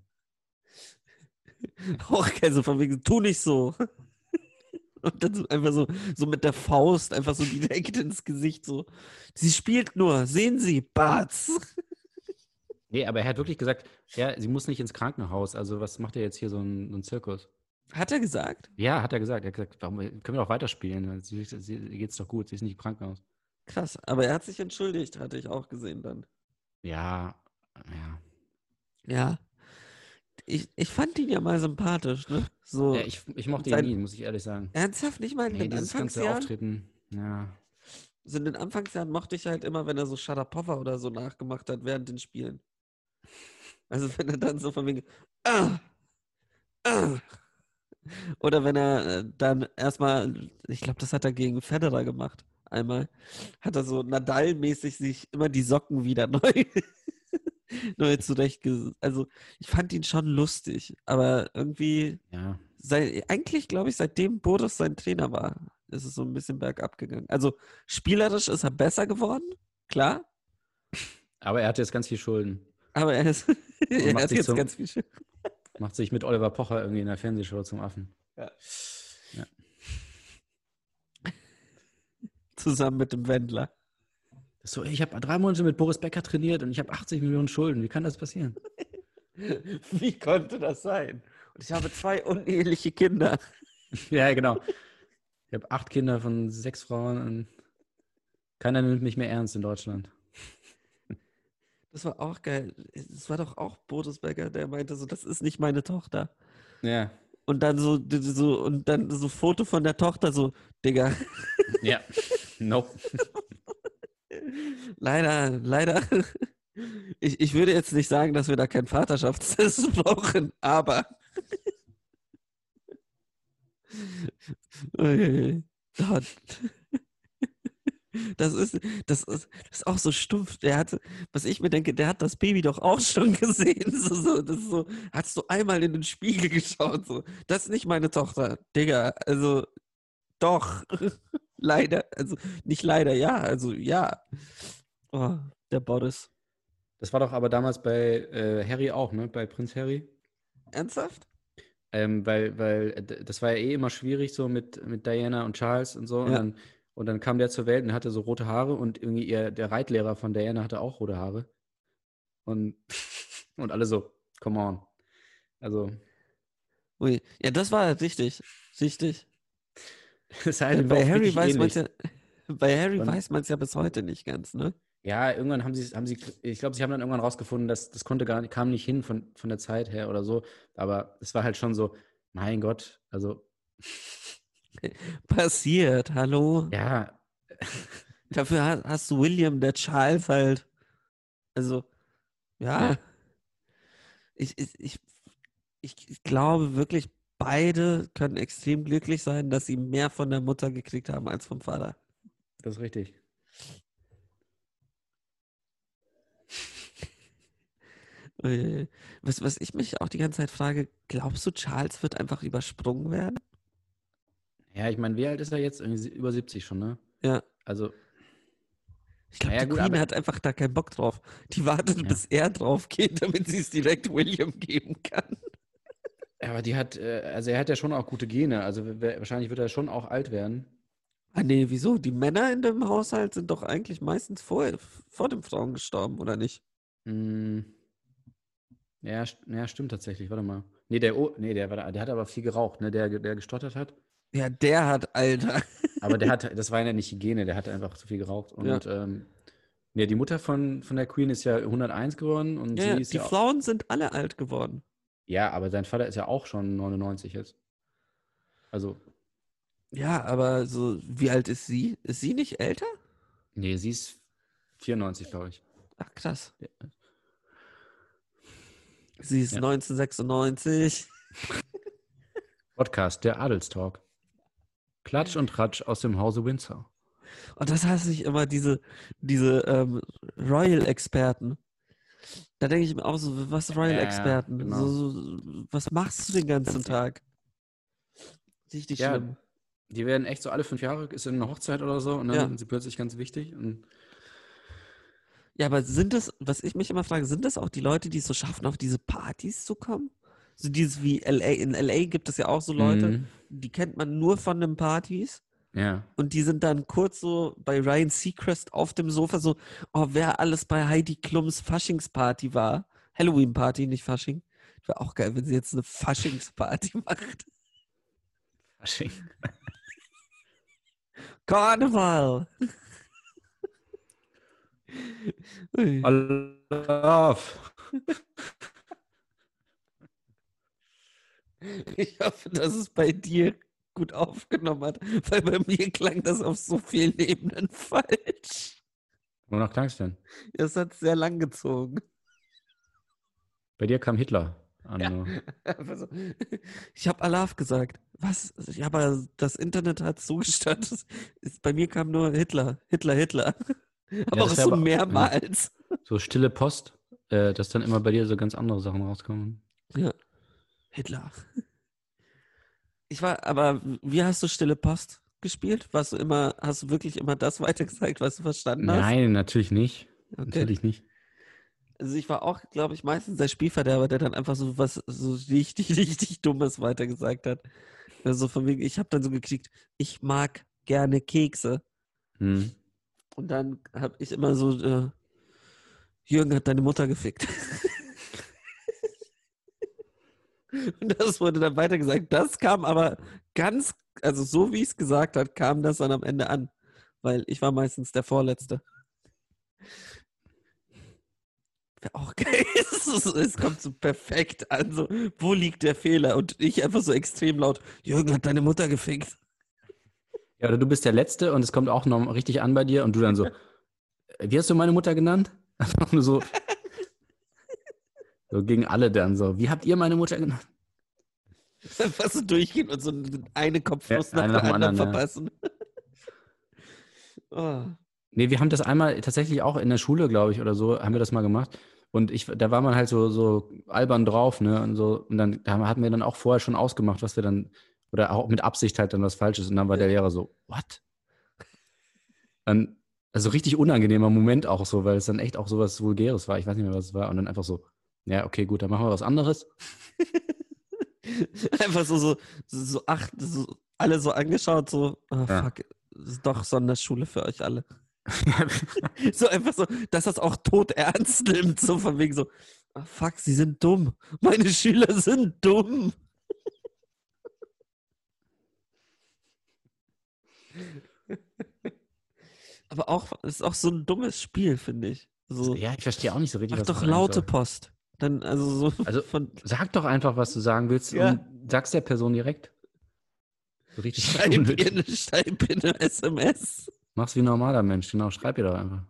[SPEAKER 1] Auch Oh, okay, so von wegen, tu nicht so. Und dann so einfach so, so mit der Faust, einfach so direkt ins Gesicht, so. Sie spielt nur, sehen Sie, Barz.
[SPEAKER 2] Nee, aber er hat wirklich gesagt, ja, sie muss nicht ins Krankenhaus. Also, was macht er jetzt hier so ein, so ein Zirkus?
[SPEAKER 1] Hat er gesagt?
[SPEAKER 2] Ja, hat er gesagt. Er hat gesagt, warum können wir doch weiterspielen? Sie, sie, ihr geht's doch gut, sie ist nicht im Krankenhaus.
[SPEAKER 1] Krass, aber er hat sich entschuldigt, hatte ich auch gesehen dann.
[SPEAKER 2] Ja, ja.
[SPEAKER 1] Ja. Ich, ich fand ihn ja mal sympathisch, ne? So.
[SPEAKER 2] ja ich, ich mochte
[SPEAKER 1] Sein-
[SPEAKER 2] ihn nie, muss ich ehrlich sagen.
[SPEAKER 1] ernsthaft nicht mal in
[SPEAKER 2] Nee,
[SPEAKER 1] den
[SPEAKER 2] dieses ganze
[SPEAKER 1] Anfangsjahren?
[SPEAKER 2] Auftreten. Ja.
[SPEAKER 1] So in den Anfangsjahren mochte ich halt immer, wenn er so Shadapova oder so nachgemacht hat während den Spielen. Also wenn er dann so von wegen ah, ah. oder wenn er äh, dann erstmal, ich glaube, das hat er gegen Federer gemacht. Einmal hat er so Nadal-mäßig sich immer die Socken wieder neu, neu zurecht. Also ich fand ihn schon lustig, aber irgendwie
[SPEAKER 2] ja.
[SPEAKER 1] sei, eigentlich glaube ich, seitdem Boris sein Trainer war, ist es so ein bisschen bergab gegangen. Also spielerisch ist er besser geworden, klar,
[SPEAKER 2] Aber er hat jetzt ganz viel Schulden.
[SPEAKER 1] aber er, ist, er
[SPEAKER 2] Also macht
[SPEAKER 1] hat
[SPEAKER 2] sich
[SPEAKER 1] jetzt
[SPEAKER 2] zum-
[SPEAKER 1] ganz viel Schiff.
[SPEAKER 2] Macht sich mit Oliver Pocher irgendwie in der Fernsehshow zum Affen.
[SPEAKER 1] zusammen mit dem Wendler.
[SPEAKER 2] Das ist so, ich habe drei Monate mit Boris Becker trainiert und ich habe 80 Millionen Schulden. Wie kann das passieren?
[SPEAKER 1] Wie konnte das sein? Und ich habe zwei uneheliche Kinder.
[SPEAKER 2] ja, genau. Ich habe acht Kinder von sechs Frauen und keiner nimmt mich mehr ernst in Deutschland.
[SPEAKER 1] Das war auch geil. Es war doch auch Boris Becker, der meinte so, das ist nicht meine Tochter.
[SPEAKER 2] Ja.
[SPEAKER 1] Und dann so, so und dann so Foto von der Tochter, so, Digga,
[SPEAKER 2] Ja. Nope.
[SPEAKER 1] Leider, leider. Ich, ich würde jetzt nicht sagen, dass wir da keinen Vaterschaftstest brauchen, aber. Uiuiui. Gott. Das ist, das ist, das ist auch so stumpf. Der hatte, was ich mir denke, der hat das Baby doch auch schon gesehen. So, so, das ist so, hast du einmal in den Spiegel geschaut? So, das ist nicht meine Tochter, Digga. Also, doch. Leider, also nicht leider, ja, also ja. Oh, der Boris.
[SPEAKER 2] Das war doch aber damals bei äh, Harry auch, ne? Bei Prinz Harry.
[SPEAKER 1] Ernsthaft?
[SPEAKER 2] Ähm, weil, weil äh, d- das war ja eh immer schwierig, so mit, mit Diana und Charles und so. Und,
[SPEAKER 1] Ja.
[SPEAKER 2] dann, und dann kam der zur Welt und hatte so rote Haare und irgendwie ihr, der Reitlehrer von Diana hatte auch rote Haare. Und, und alle so, come on. Also,
[SPEAKER 1] Ui. Ja, das war halt richtig. Richtig.
[SPEAKER 2] das sah halt
[SPEAKER 1] Ja,
[SPEAKER 2] eben
[SPEAKER 1] Also bei
[SPEAKER 2] auch
[SPEAKER 1] Harry
[SPEAKER 2] richtig
[SPEAKER 1] weiß man
[SPEAKER 2] ähnlich.
[SPEAKER 1] ja, bei Harry
[SPEAKER 2] Dann-
[SPEAKER 1] weiß man es ja bis heute nicht ganz, ne?
[SPEAKER 2] Ja, irgendwann haben sie, haben sie, ich glaube, sie haben dann irgendwann rausgefunden, dass das konnte gar nicht, kam nicht hin von, von der Zeit her oder so. Aber es war halt schon so, mein Gott, also
[SPEAKER 1] Passiert, hallo.
[SPEAKER 2] ja,
[SPEAKER 1] Dafür hast, hast du William, der Charles halt. Also, ja.
[SPEAKER 2] Ja.
[SPEAKER 1] Ich, ich, ich, ich, ich glaube wirklich, beide können extrem glücklich sein, dass sie mehr von der Mutter gekriegt haben als vom Vater.
[SPEAKER 2] das ist richtig.
[SPEAKER 1] Äh, Was, was ich mich auch die ganze Zeit frage, glaubst du, Charles wird einfach übersprungen werden?
[SPEAKER 2] Ja, ich meine, wie alt ist er jetzt? Irgendwie sie- über 70 schon, ne?
[SPEAKER 1] Ja.
[SPEAKER 2] Also,
[SPEAKER 1] Ich glaube,
[SPEAKER 2] Ja,
[SPEAKER 1] die
[SPEAKER 2] gut,
[SPEAKER 1] Queen
[SPEAKER 2] aber-
[SPEAKER 1] hat einfach da keinen Bock drauf. Die wartet,
[SPEAKER 2] Ja.
[SPEAKER 1] bis er drauf geht, damit sie es direkt William geben kann.
[SPEAKER 2] aber die hat, äh, also er hat ja schon auch gute Gene. Also w- w- wahrscheinlich wird er schon auch alt werden.
[SPEAKER 1] Ah, nee, wieso? Die Männer in dem Haushalt sind doch eigentlich meistens vor, vor den Frauen gestorben, oder nicht?
[SPEAKER 2] Mm. Ja, st ja, stimmt tatsächlich. Warte mal. Nee, der, o nee der, war- der hat aber viel geraucht, ne? Der, der gestottert hat.
[SPEAKER 1] Ja, der hat, Alter.
[SPEAKER 2] Aber der hat, das war ja nicht Hygiene, der hat einfach zu viel geraucht. Und ähm, nee, die Mutter von, von der Queen ist ja 101 geworden und
[SPEAKER 1] Ja, ja,
[SPEAKER 2] sie ist
[SPEAKER 1] die
[SPEAKER 2] ja auch,
[SPEAKER 1] Frauen sind alle alt geworden.
[SPEAKER 2] Ja, aber sein Vater ist ja auch schon 99 jetzt. Also,
[SPEAKER 1] Ja, aber so, wie alt ist sie? Ist sie nicht älter?
[SPEAKER 2] nee, sie ist 94, glaube ich.
[SPEAKER 1] Ach, krass.
[SPEAKER 2] Ja.
[SPEAKER 1] Sie ist
[SPEAKER 2] Ja.
[SPEAKER 1] 1996.
[SPEAKER 2] Wollen Podcast, der Adelstalk. Klatsch und Ratsch aus dem Hause Windsor.
[SPEAKER 1] Und das hasse ich immer, diese, diese ähm, Royal-Experten. Da denke ich mir auch so, was Royal-Experten?
[SPEAKER 2] Ja, ja, genau.
[SPEAKER 1] so, so, was machst du den ganzen Tag? Richtig
[SPEAKER 2] Ja,
[SPEAKER 1] schlimm.
[SPEAKER 2] Die werden echt so alle fünf Jahre, ist in einer Hochzeit oder so, und dann
[SPEAKER 1] Ja.
[SPEAKER 2] sind sie plötzlich ganz wichtig. Und
[SPEAKER 1] Ja, aber sind das, was ich mich immer frage, sind das auch die Leute, die es so schaffen, auf diese Partys zu kommen? So dieses wie LA, in LA gibt es ja auch so Leute,
[SPEAKER 2] Mhm.
[SPEAKER 1] die kennt man nur von den Partys.
[SPEAKER 2] Ja.
[SPEAKER 1] Und die sind dann kurz so bei Ryan Seacrest auf dem Sofa so, oh, wer alles bei Heidi Klums Faschingsparty war. Halloween-Party, nicht Fasching. Wäre auch geil, wenn sie jetzt eine Faschingsparty macht.
[SPEAKER 2] Fasching.
[SPEAKER 1] Karneval! Ui.
[SPEAKER 2] Olaf.
[SPEAKER 1] Ich hoffe, dass es bei dir gut aufgenommen hat, weil bei mir klang das auf so vielen Ebenen falsch.
[SPEAKER 2] Wonach klang es denn?
[SPEAKER 1] Es hat sehr lang gezogen.
[SPEAKER 2] Bei dir kam Hitler an. nur.
[SPEAKER 1] Einfach so. Ich habe Alaf gesagt. Was? Ja, aber das Internet hat zugestattet. Es Ist, bei mir kam nur Hitler, Hitler, Hitler. Aber
[SPEAKER 2] das
[SPEAKER 1] auch
[SPEAKER 2] ist ja
[SPEAKER 1] so
[SPEAKER 2] aber-
[SPEAKER 1] mehrmals.
[SPEAKER 2] So stille Post, äh, dass dann immer bei dir so ganz andere Sachen rauskommen.
[SPEAKER 1] Hitler. Ich war, aber wie hast du Stille Post gespielt? Warst du immer, hast du wirklich immer das weitergesagt, was du verstanden hast?
[SPEAKER 2] Nein, natürlich nicht.
[SPEAKER 1] Okay.
[SPEAKER 2] Natürlich nicht.
[SPEAKER 1] Also ich war auch, glaube ich, meistens der Spielverderber, der dann einfach so was so richtig, richtig Dummes weitergesagt hat. Also von wegen, ich habe dann so gekriegt, ich mag gerne Kekse.
[SPEAKER 2] Hm.
[SPEAKER 1] Und dann habe ich immer so, äh, Jürgen hat deine Mutter gefickt. Und das wurde dann weitergesagt. Das kam aber ganz, also so wie ich es gesagt hat, kam das dann am Ende an. Weil ich war meistens der Vorletzte. Wäre auch geil. Es, ist, es kommt so perfekt an. So, wo liegt der Fehler? Und ich einfach so extrem laut, Jürgen hat deine Mutter gefickt.
[SPEAKER 2] Ja, oder du bist der Letzte und es kommt auch noch richtig an bei dir und du dann so, "Äh, wie hast du meine Mutter genannt? Einfach nur so, so gegen alle dann so, wie habt ihr meine Mutter genannt?
[SPEAKER 1] Was so durchgehen und so eine Kopfnuss
[SPEAKER 2] Ja,
[SPEAKER 1] nach der
[SPEAKER 2] einen nach dem
[SPEAKER 1] anderen
[SPEAKER 2] anderen,
[SPEAKER 1] verpassen. oh.
[SPEAKER 2] Nee, wir haben das einmal tatsächlich auch in der Schule, glaube ich, oder so, haben wir das mal gemacht. Und ich, da war man halt so, so albern drauf, ne? Und so, und dann da hatten wir dann auch vorher schon ausgemacht, was wir dann, oder auch mit Absicht halt dann was Falsches. Und dann war der Lehrer so, what? Dann, also richtig unangenehmer Moment auch so, weil es dann echt auch so was Vulgäres war. Ich weiß nicht mehr, was es war. Und dann einfach so, ja, okay, gut, dann machen wir was anderes.
[SPEAKER 1] Einfach so, so, so acht, so, alle so angeschaut, so, ah,
[SPEAKER 2] Ja.
[SPEAKER 1] fuck, ist doch Sonderschule für euch alle. So einfach so, dass das auch tot ernst nimmt, so von wegen so, ah, fuck, sie sind dumm. Meine Schüler sind dumm. Aber auch, ist auch so ein dummes Spiel, finde ich. So,
[SPEAKER 2] ja, ich verstehe auch nicht so
[SPEAKER 1] mach
[SPEAKER 2] richtig, eh was
[SPEAKER 1] doch
[SPEAKER 2] das
[SPEAKER 1] laute
[SPEAKER 2] sein soll.
[SPEAKER 1] Post. Dann, also so
[SPEAKER 2] Also,
[SPEAKER 1] von,
[SPEAKER 2] Sag doch einfach, was du sagen willst
[SPEAKER 1] Ja.
[SPEAKER 2] und sag's der Person direkt. So richtig
[SPEAKER 1] schreib
[SPEAKER 2] unnötig.
[SPEAKER 1] ihr eine, schreib ihr eine SMS.
[SPEAKER 2] Mach's wie ein normaler Mensch, genau, schreib ihr doch einfach.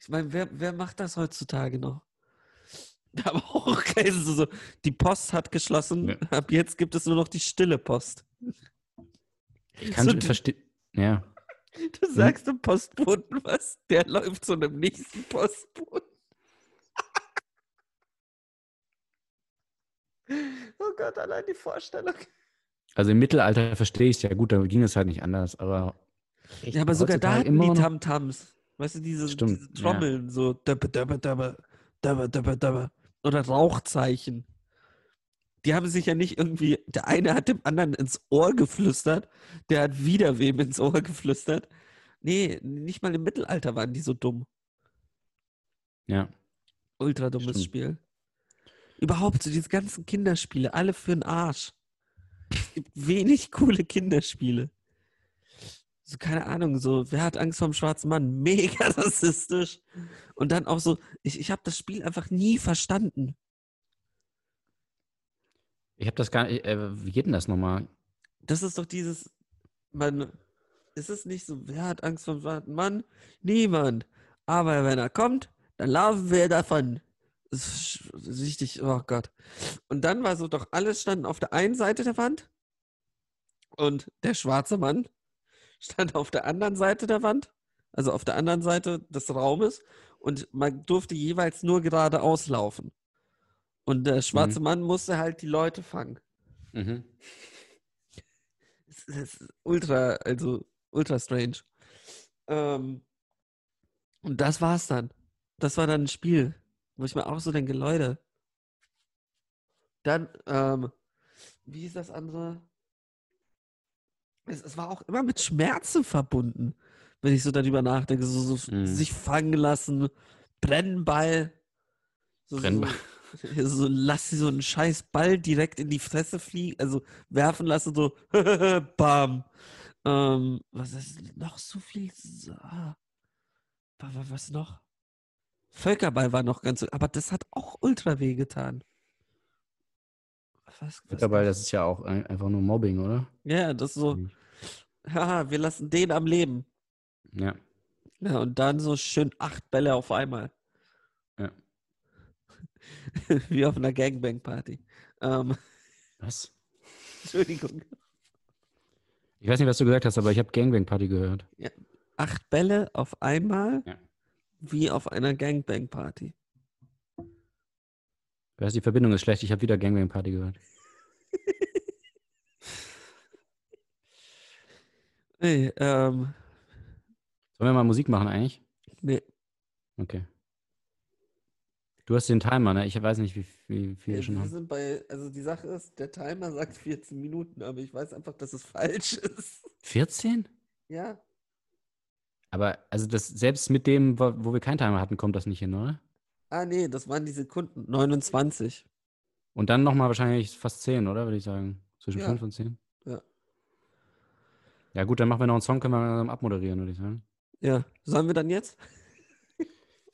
[SPEAKER 1] Ich meine, wer, wer macht das heutzutage noch? Aber auch geil, so, so, die Post hat geschlossen,
[SPEAKER 2] Ja.
[SPEAKER 1] ab jetzt gibt es nur noch die stille Post.
[SPEAKER 2] Ich kann
[SPEAKER 1] So
[SPEAKER 2] schon
[SPEAKER 1] die-
[SPEAKER 2] verstehen. Ja.
[SPEAKER 1] Du sagst dem Postboten was, der läuft zu einem nächsten Postboten. oh Gott, allein die Vorstellung.
[SPEAKER 2] Also im Mittelalter verstehe ich es ja gut, da ging es halt nicht anders, aber.
[SPEAKER 1] Ja, aber sogar da
[SPEAKER 2] heutzutage
[SPEAKER 1] hatten die
[SPEAKER 2] noch-
[SPEAKER 1] Tamtams. Weißt du, diese,
[SPEAKER 2] Stimmt,
[SPEAKER 1] diese
[SPEAKER 2] ja.
[SPEAKER 1] Trommeln, so döppe, döppe, döppe, döppe, döppe, döppe. Oder Rauchzeichen. Die haben sich ja nicht irgendwie, der eine hat dem anderen ins Ohr geflüstert, der hat wieder wem ins Ohr geflüstert. Nee, nicht mal im Mittelalter waren die so dumm.
[SPEAKER 2] Ja.
[SPEAKER 1] Ultra dummes
[SPEAKER 2] Stimmt.
[SPEAKER 1] Spiel. Überhaupt, so diese ganzen Kinderspiele, alle für den Arsch. Es gibt wenig coole Kinderspiele. So, keine Ahnung, so, wer hat Angst vorm schwarzen Mann? Mega rassistisch. Und dann auch so, ich, ich habe das Spiel einfach nie verstanden.
[SPEAKER 2] Ich habe das gar nicht. Äh, wie geht denn das nochmal?
[SPEAKER 1] Das ist doch dieses, man, ist es nicht so, wer hat Angst vorm schwarzen Mann? Niemand. Aber wenn er kommt, dann laufen wir davon. es ist richtig, oh Gott. Und dann war so, doch alle standen auf der einen Seite der Wand und der schwarze Mann stand auf der anderen Seite der Wand, also auf der anderen Seite des Raumes und man durfte jeweils nur geradeaus laufen. Und der schwarze Mann musste halt die Leute fangen.
[SPEAKER 2] Mhm.
[SPEAKER 1] Es ist ultra, also ultra strange. Ähm, und das war's dann. Das war dann ein Spiel, wo ich mir auch so denke, Leute. Dann, ähm, wie hieß das andere? Es, es war auch immer mit Schmerzen verbunden, wenn ich so darüber nachdenke. So, so
[SPEAKER 2] Mhm.
[SPEAKER 1] sich fangen lassen, Brennball. So,
[SPEAKER 2] Brennball.
[SPEAKER 1] So, so, lass sie so einen scheiß Ball direkt in die Fresse fliegen, also werfen lassen, so bam. Ähm, was ist noch so viel? Ah. Wa- wa- Was noch? Völkerball war noch ganz, aber das hat auch ultra weh getan. Was, was
[SPEAKER 2] Dabei,
[SPEAKER 1] noch?
[SPEAKER 2] das ist ja auch ein- einfach nur Mobbing, oder?
[SPEAKER 1] Ja, das ist so,
[SPEAKER 2] Mhm.
[SPEAKER 1] haha, wir lassen den am Leben.
[SPEAKER 2] Ja.
[SPEAKER 1] Ja, Ne, und dann so schön acht Bälle auf einmal.
[SPEAKER 2] Ja.
[SPEAKER 1] Wie auf einer Gangbang-Party. Ähm,
[SPEAKER 2] Was?
[SPEAKER 1] Entschuldigung.
[SPEAKER 2] Ich weiß nicht, was du gesagt hast, aber ich habe Gangbang-Party gehört.
[SPEAKER 1] Acht Bälle auf einmal,
[SPEAKER 2] Ja.
[SPEAKER 1] wie auf einer Gangbang-Party.
[SPEAKER 2] Ich weiß, die Verbindung ist schlecht, ich habe wieder Gangbang-Party gehört.
[SPEAKER 1] Nee, ähm,
[SPEAKER 2] Sollen wir mal Musik machen eigentlich?
[SPEAKER 1] nee.
[SPEAKER 2] Okay. Du hast den Timer, ne? Ich weiß nicht, wie, wie viel wir schon
[SPEAKER 1] wir
[SPEAKER 2] haben.
[SPEAKER 1] sind bei, also die Sache ist, der Timer sagt 14 Minuten, aber ich weiß einfach, dass es falsch ist.
[SPEAKER 2] 14?
[SPEAKER 1] Ja,
[SPEAKER 2] Aber also das, selbst mit dem, wo, wo wir keinen Timer hatten, kommt das nicht hin, oder?
[SPEAKER 1] ah nee, das waren die Sekunden, 29.
[SPEAKER 2] Und dann nochmal wahrscheinlich fast 10, oder? Würde ich sagen. Zwischen
[SPEAKER 1] Ja.
[SPEAKER 2] 5 und 10.
[SPEAKER 1] Ja.
[SPEAKER 2] Ja, gut, dann machen wir noch einen Song, können wir langsam abmoderieren, würde ich sagen.
[SPEAKER 1] Ja, sollen wir dann jetzt?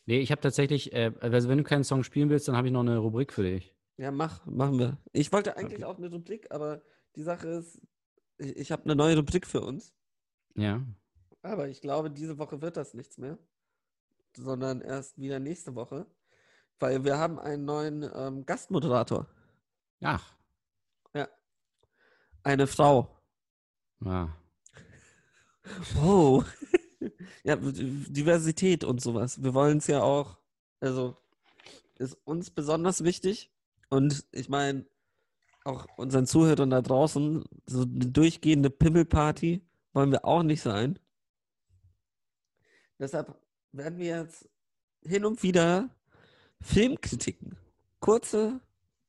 [SPEAKER 2] Nee, ich habe tatsächlich, äh, also wenn du keinen Song spielen willst, dann habe ich noch eine Rubrik für dich.
[SPEAKER 1] Ja, mach, machen wir. Ich wollte eigentlich
[SPEAKER 2] Okay.
[SPEAKER 1] auch eine Rubrik, aber die Sache ist, ich, ich habe eine neue Rubrik für uns,
[SPEAKER 2] Ja.
[SPEAKER 1] aber ich glaube, diese Woche wird das nichts mehr, sondern erst wieder nächste Woche, weil wir haben einen neuen ähm, Gastmoderator,
[SPEAKER 2] Ach.
[SPEAKER 1] eine Frau.
[SPEAKER 2] Ah.
[SPEAKER 1] Oh. ja, w- d- Diversität und sowas. Wir wollen es ja auch, also ist uns besonders wichtig. Und ich meine, auch unseren Zuhörern da draußen, so eine durchgehende Pimmelparty wollen wir auch nicht sein. Deshalb werden wir jetzt hin und wieder Filmkritiken, kurze,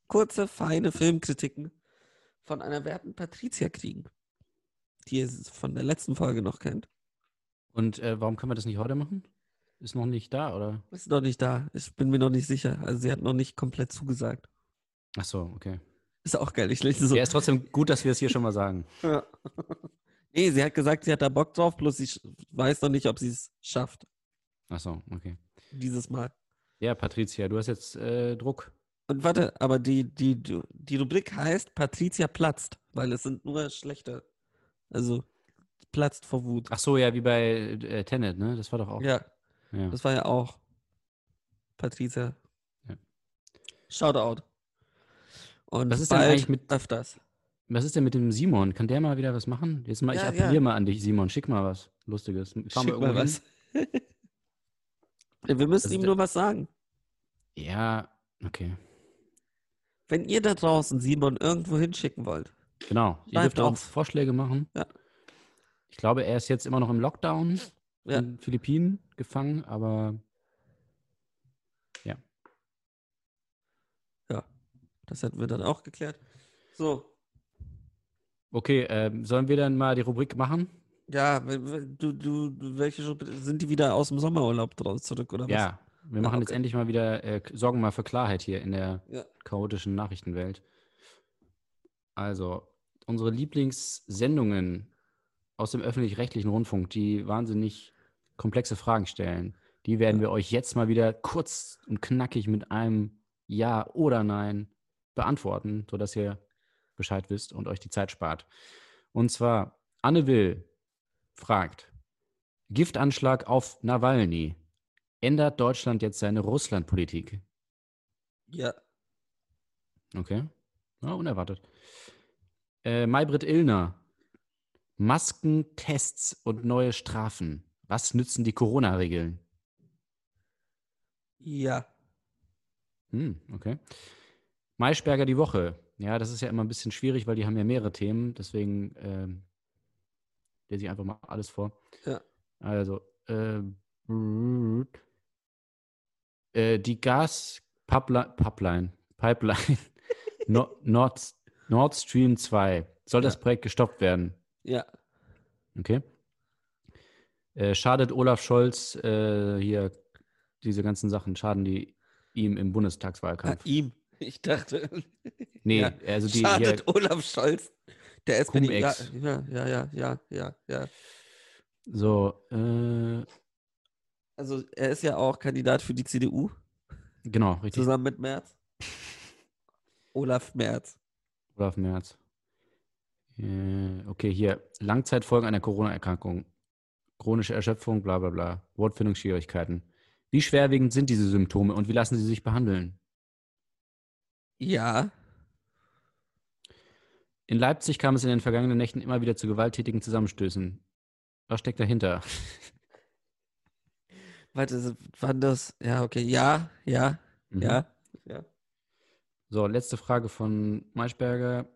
[SPEAKER 1] kurze, feine Filmkritiken von einer werten Patricia kriegen, die ihr von der letzten Folge noch kennt.
[SPEAKER 2] Und äh, warum können wir das nicht heute machen? Ist noch nicht da, oder?
[SPEAKER 1] Ist noch nicht da. Ich bin mir noch nicht sicher. Also sie hat noch nicht komplett zugesagt.
[SPEAKER 2] Ach so, okay.
[SPEAKER 1] Ist auch geil. Ich lese so.
[SPEAKER 2] Ja, ist trotzdem gut, dass wir es hier schon mal sagen.
[SPEAKER 1] Ja. nee, sie hat gesagt, sie hat da Bock drauf, bloß sie sch- weiß noch nicht, ob sie es schafft.
[SPEAKER 2] Ach so, okay.
[SPEAKER 1] Dieses Mal.
[SPEAKER 2] Ja, Patricia, du hast jetzt äh, Druck.
[SPEAKER 1] Und warte, aber die, die, die die Rubrik heißt Patricia platzt, weil es sind nur schlechte. Also platzt vor Wut.
[SPEAKER 2] Ach so, ja, wie bei äh, Tenet, ne? Das war doch auch.
[SPEAKER 1] Ja,
[SPEAKER 2] ja.
[SPEAKER 1] das war ja auch Patricia.
[SPEAKER 2] Ja.
[SPEAKER 1] Shoutout. Und
[SPEAKER 2] Was ist denn
[SPEAKER 1] bald
[SPEAKER 2] eigentlich mit-
[SPEAKER 1] öfters?
[SPEAKER 2] Was ist denn mit dem Simon? Kann der mal wieder was machen? Jetzt mal, ich
[SPEAKER 1] Ja, ja.
[SPEAKER 2] appelliere mal an dich, Simon. Schick mal was Lustiges. Fahren wir
[SPEAKER 1] Schick
[SPEAKER 2] irgendwo
[SPEAKER 1] mal
[SPEAKER 2] hin?
[SPEAKER 1] was. Wir müssen
[SPEAKER 2] Also
[SPEAKER 1] ihm
[SPEAKER 2] der-
[SPEAKER 1] nur was sagen.
[SPEAKER 2] Ja, okay.
[SPEAKER 1] Wenn ihr da draußen Simon irgendwo hinschicken wollt,
[SPEAKER 2] Genau. Ihr
[SPEAKER 1] Schreibt
[SPEAKER 2] dürft auch
[SPEAKER 1] uns.
[SPEAKER 2] Vorschläge machen.
[SPEAKER 1] Ja.
[SPEAKER 2] Ich glaube, er ist jetzt immer noch im Lockdown
[SPEAKER 1] Ja.
[SPEAKER 2] in Philippinen gefangen, aber
[SPEAKER 1] das hätten wir dann auch geklärt. So,
[SPEAKER 2] okay, ähm, sollen wir dann mal die Rubrik machen?
[SPEAKER 1] ja, w- w- du, du, welche Schu- sind die wieder aus dem Sommerurlaub draus zurück oder was?
[SPEAKER 2] Ja. Wir
[SPEAKER 1] Ah,
[SPEAKER 2] machen jetzt
[SPEAKER 1] okay.
[SPEAKER 2] endlich mal wieder, äh, sorgen mal für Klarheit hier in der
[SPEAKER 1] Ja.
[SPEAKER 2] chaotischen Nachrichtenwelt. Also, unsere Lieblingssendungen aus dem öffentlich-rechtlichen Rundfunk, die wahnsinnig komplexe Fragen stellen, die werden wir euch jetzt mal wieder kurz und knackig mit einem Ja oder Nein beantworten, sodass ihr Bescheid wisst und euch die Zeit spart. Und zwar, Anne Will fragt, Giftanschlag auf Nawalny. Ändert Deutschland jetzt seine Russlandpolitik?
[SPEAKER 1] Ja.
[SPEAKER 2] Okay. Ja, unerwartet. Äh, Maybrit Illner. Masken, Tests und neue Strafen. Was nützen die Corona-Regeln?
[SPEAKER 1] Ja.
[SPEAKER 2] Hm, okay. Maischberger die Woche. Ja, das ist ja immer ein bisschen schwierig, weil die haben ja mehrere Themen. Deswegen ähm, lese ich einfach mal alles vor.
[SPEAKER 1] Ja.
[SPEAKER 2] Also, äh, äh, die Gas-Pipeline, Pipeline, Pipeline Nor- Nord, Nord Stream 2. Soll das
[SPEAKER 1] Ja.
[SPEAKER 2] Projekt gestoppt werden?
[SPEAKER 1] Ja.
[SPEAKER 2] Okay. Äh, schadet Olaf Scholz äh, hier diese ganzen Sachen, schaden die ihm im
[SPEAKER 1] Ah,
[SPEAKER 2] Bundestagswahlkampf?
[SPEAKER 1] ihm. Ich dachte,
[SPEAKER 2] nee,
[SPEAKER 1] ja.
[SPEAKER 2] also die hier,
[SPEAKER 1] schadet Olaf Scholz. Der SPD. Ja,
[SPEAKER 2] Cum-Ex.
[SPEAKER 1] ja, ja, ja, ja, ja, ja.
[SPEAKER 2] so, äh,
[SPEAKER 1] Also er ist ja auch Kandidat für die CDU
[SPEAKER 2] genau, richtig,
[SPEAKER 1] zusammen mit Merz. Olaf Merz.
[SPEAKER 2] Olaf Merz. Äh, okay, hier, Langzeitfolgen einer Corona-Erkrankung, chronische Erschöpfung, bla bla bla, Wortfindungsschwierigkeiten. Wie schwerwiegend sind diese Symptome und wie lassen sie sich behandeln?
[SPEAKER 1] Ja.
[SPEAKER 2] In Leipzig kam es in den vergangenen Nächten immer wieder zu gewalttätigen Zusammenstößen. Was steckt dahinter?
[SPEAKER 1] Warte, so- wann das? Ja, okay. Ja, ja,
[SPEAKER 2] Mhm.
[SPEAKER 1] ja.
[SPEAKER 2] So, letzte Frage von Maischberger.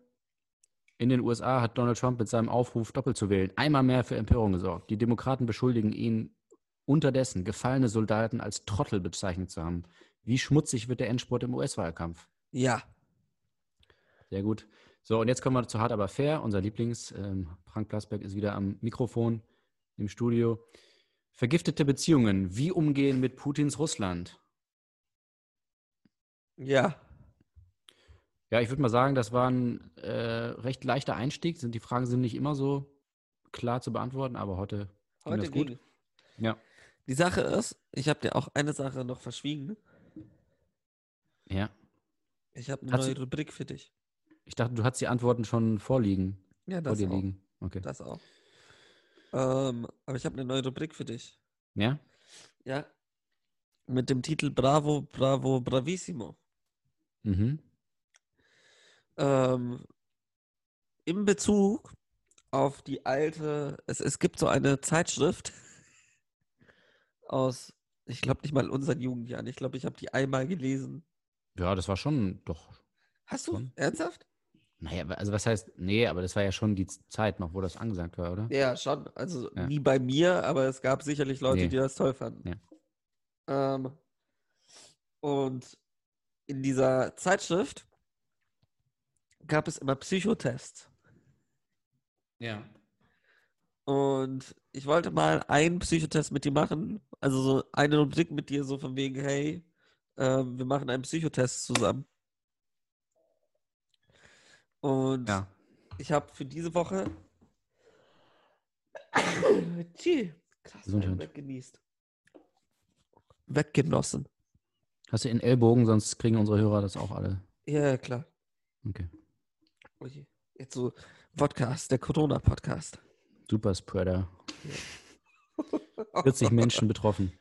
[SPEAKER 2] In den USA hat Donald Trump mit seinem Aufruf, doppelt zu wählen, einmal mehr für Empörung gesorgt. Die Demokraten beschuldigen ihn unterdessen, gefallene Soldaten als Trottel bezeichnet zu haben. Wie schmutzig wird der Endspurt im US-Wahlkampf?
[SPEAKER 1] Ja.
[SPEAKER 2] Sehr gut. So, und jetzt kommen wir zu Hart aber fair. Unser Lieblings, ähm, Frank Plasberg, ist wieder am Mikrofon im Studio. Vergiftete Beziehungen. Wie umgehen mit Putins Russland?
[SPEAKER 1] Ja.
[SPEAKER 2] Ja, ich würde mal sagen, das war ein äh, recht leichter Einstieg. Sind, die Fragen sind nicht immer so klar zu beantworten, aber heute ging das gut.
[SPEAKER 1] ging-
[SPEAKER 2] Ja.
[SPEAKER 1] Die Sache ist, ich habe dir auch eine Sache noch verschwiegen.
[SPEAKER 2] ja.
[SPEAKER 1] Ich habe eine
[SPEAKER 2] Hat sie-
[SPEAKER 1] neue Rubrik für dich.
[SPEAKER 2] Ich dachte, du hast die Antworten schon vorliegen,
[SPEAKER 1] Ja,
[SPEAKER 2] vor
[SPEAKER 1] das
[SPEAKER 2] dir
[SPEAKER 1] auch.
[SPEAKER 2] liegen. Okay.
[SPEAKER 1] Das auch. Ähm, aber ich habe eine neue Rubrik für dich.
[SPEAKER 2] Ja?
[SPEAKER 1] Ja. Mit dem Titel Bravo, Bravo, Bravissimo.
[SPEAKER 2] Mhm.
[SPEAKER 1] Ähm, in Bezug auf die alte, es, es gibt so eine Zeitschrift aus, ich glaube nicht mal unseren Jugendjahren. Ich glaube, ich habe die einmal gelesen.
[SPEAKER 2] Ja, das war schon doch.
[SPEAKER 1] Hast du?
[SPEAKER 2] Schon.
[SPEAKER 1] Ernsthaft?
[SPEAKER 2] Naja, also was heißt, nee, aber das war ja schon die Zeit noch, wo das angesagt war, oder?
[SPEAKER 1] Ja, schon. Also
[SPEAKER 2] Ja.
[SPEAKER 1] nie bei mir, aber es gab sicherlich Leute,
[SPEAKER 2] Nee.
[SPEAKER 1] die das toll fanden. Ähm, und in dieser Zeitschrift gab es immer Psychotests.
[SPEAKER 2] Ja.
[SPEAKER 1] Und ich wollte mal einen Psychotest mit dir machen. Also so einen Rubrik mit dir, so von wegen, hey, ähm, wir machen einen Psychotest zusammen. Und
[SPEAKER 2] Ja.
[SPEAKER 1] ich habe für diese Woche. Tschüss. Krass,
[SPEAKER 2] Gesundheit.
[SPEAKER 1] einen weggenießt. Weggenossen.
[SPEAKER 2] Hast du in Ellbogen, sonst kriegen unsere Hörer das auch alle.
[SPEAKER 1] Ja, ja, klar.
[SPEAKER 2] Okay.
[SPEAKER 1] Ui. Jetzt so Podcast, der Corona-Podcast.
[SPEAKER 2] Super Spreader. 40 Menschen betroffen.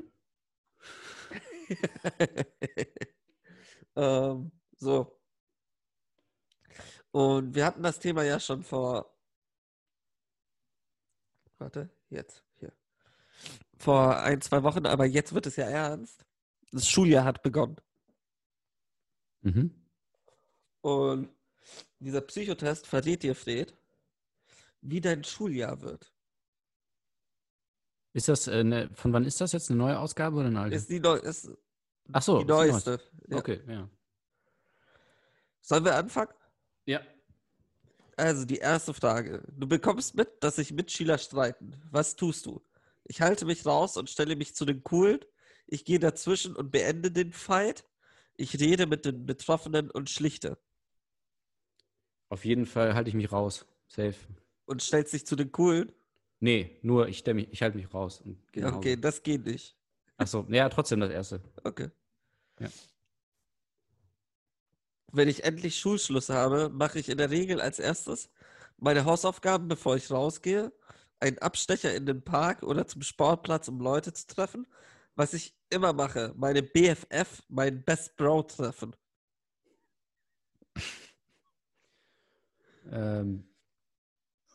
[SPEAKER 1] ähm, so. Und wir hatten das Thema ja schon vor. Warte, jetzt, hier. Vor ein, zwei Wochen, aber jetzt wird es ja ernst. Das Schuljahr hat begonnen.
[SPEAKER 2] Mhm.
[SPEAKER 1] Und dieser Psychotest verrät dir, Fred, wie dein Schuljahr wird.
[SPEAKER 2] Ist das äh, eine, von wann ist das jetzt? Eine neue Ausgabe oder eine alte?
[SPEAKER 1] Ist die, neu ist
[SPEAKER 2] Ach so,
[SPEAKER 1] die
[SPEAKER 2] Oh, ist die neueste.
[SPEAKER 1] neueste. Ja.
[SPEAKER 2] Okay, ja.
[SPEAKER 1] Sollen wir anfangen?
[SPEAKER 2] Ja.
[SPEAKER 1] Also die erste Frage. Du bekommst mit, dass sich Mitschüler streiten. Was tust du? Ich halte mich raus und stelle mich zu den Coolen. Ich gehe dazwischen und beende den Fight. Ich rede mit den Betroffenen und schlichte.
[SPEAKER 2] Auf jeden Fall halte ich mich raus. Safe.
[SPEAKER 1] Und stellst dich zu den Coolen.
[SPEAKER 2] Nee, nur ich, stell mich- ich halte mich raus. Und geh nach
[SPEAKER 1] Okay,
[SPEAKER 2] Hause.
[SPEAKER 1] das geht nicht.
[SPEAKER 2] Ach so, ja, trotzdem das erste.
[SPEAKER 1] Okay.
[SPEAKER 2] Ja.
[SPEAKER 1] Wenn ich endlich Schulschluss habe, mache ich in der Regel als erstes meine Hausaufgaben, bevor ich rausgehe, einen Abstecher in den Park oder zum Sportplatz, um Leute zu treffen, was ich immer mache, meine BFF, mein Best Bro treffen.
[SPEAKER 2] Ähm,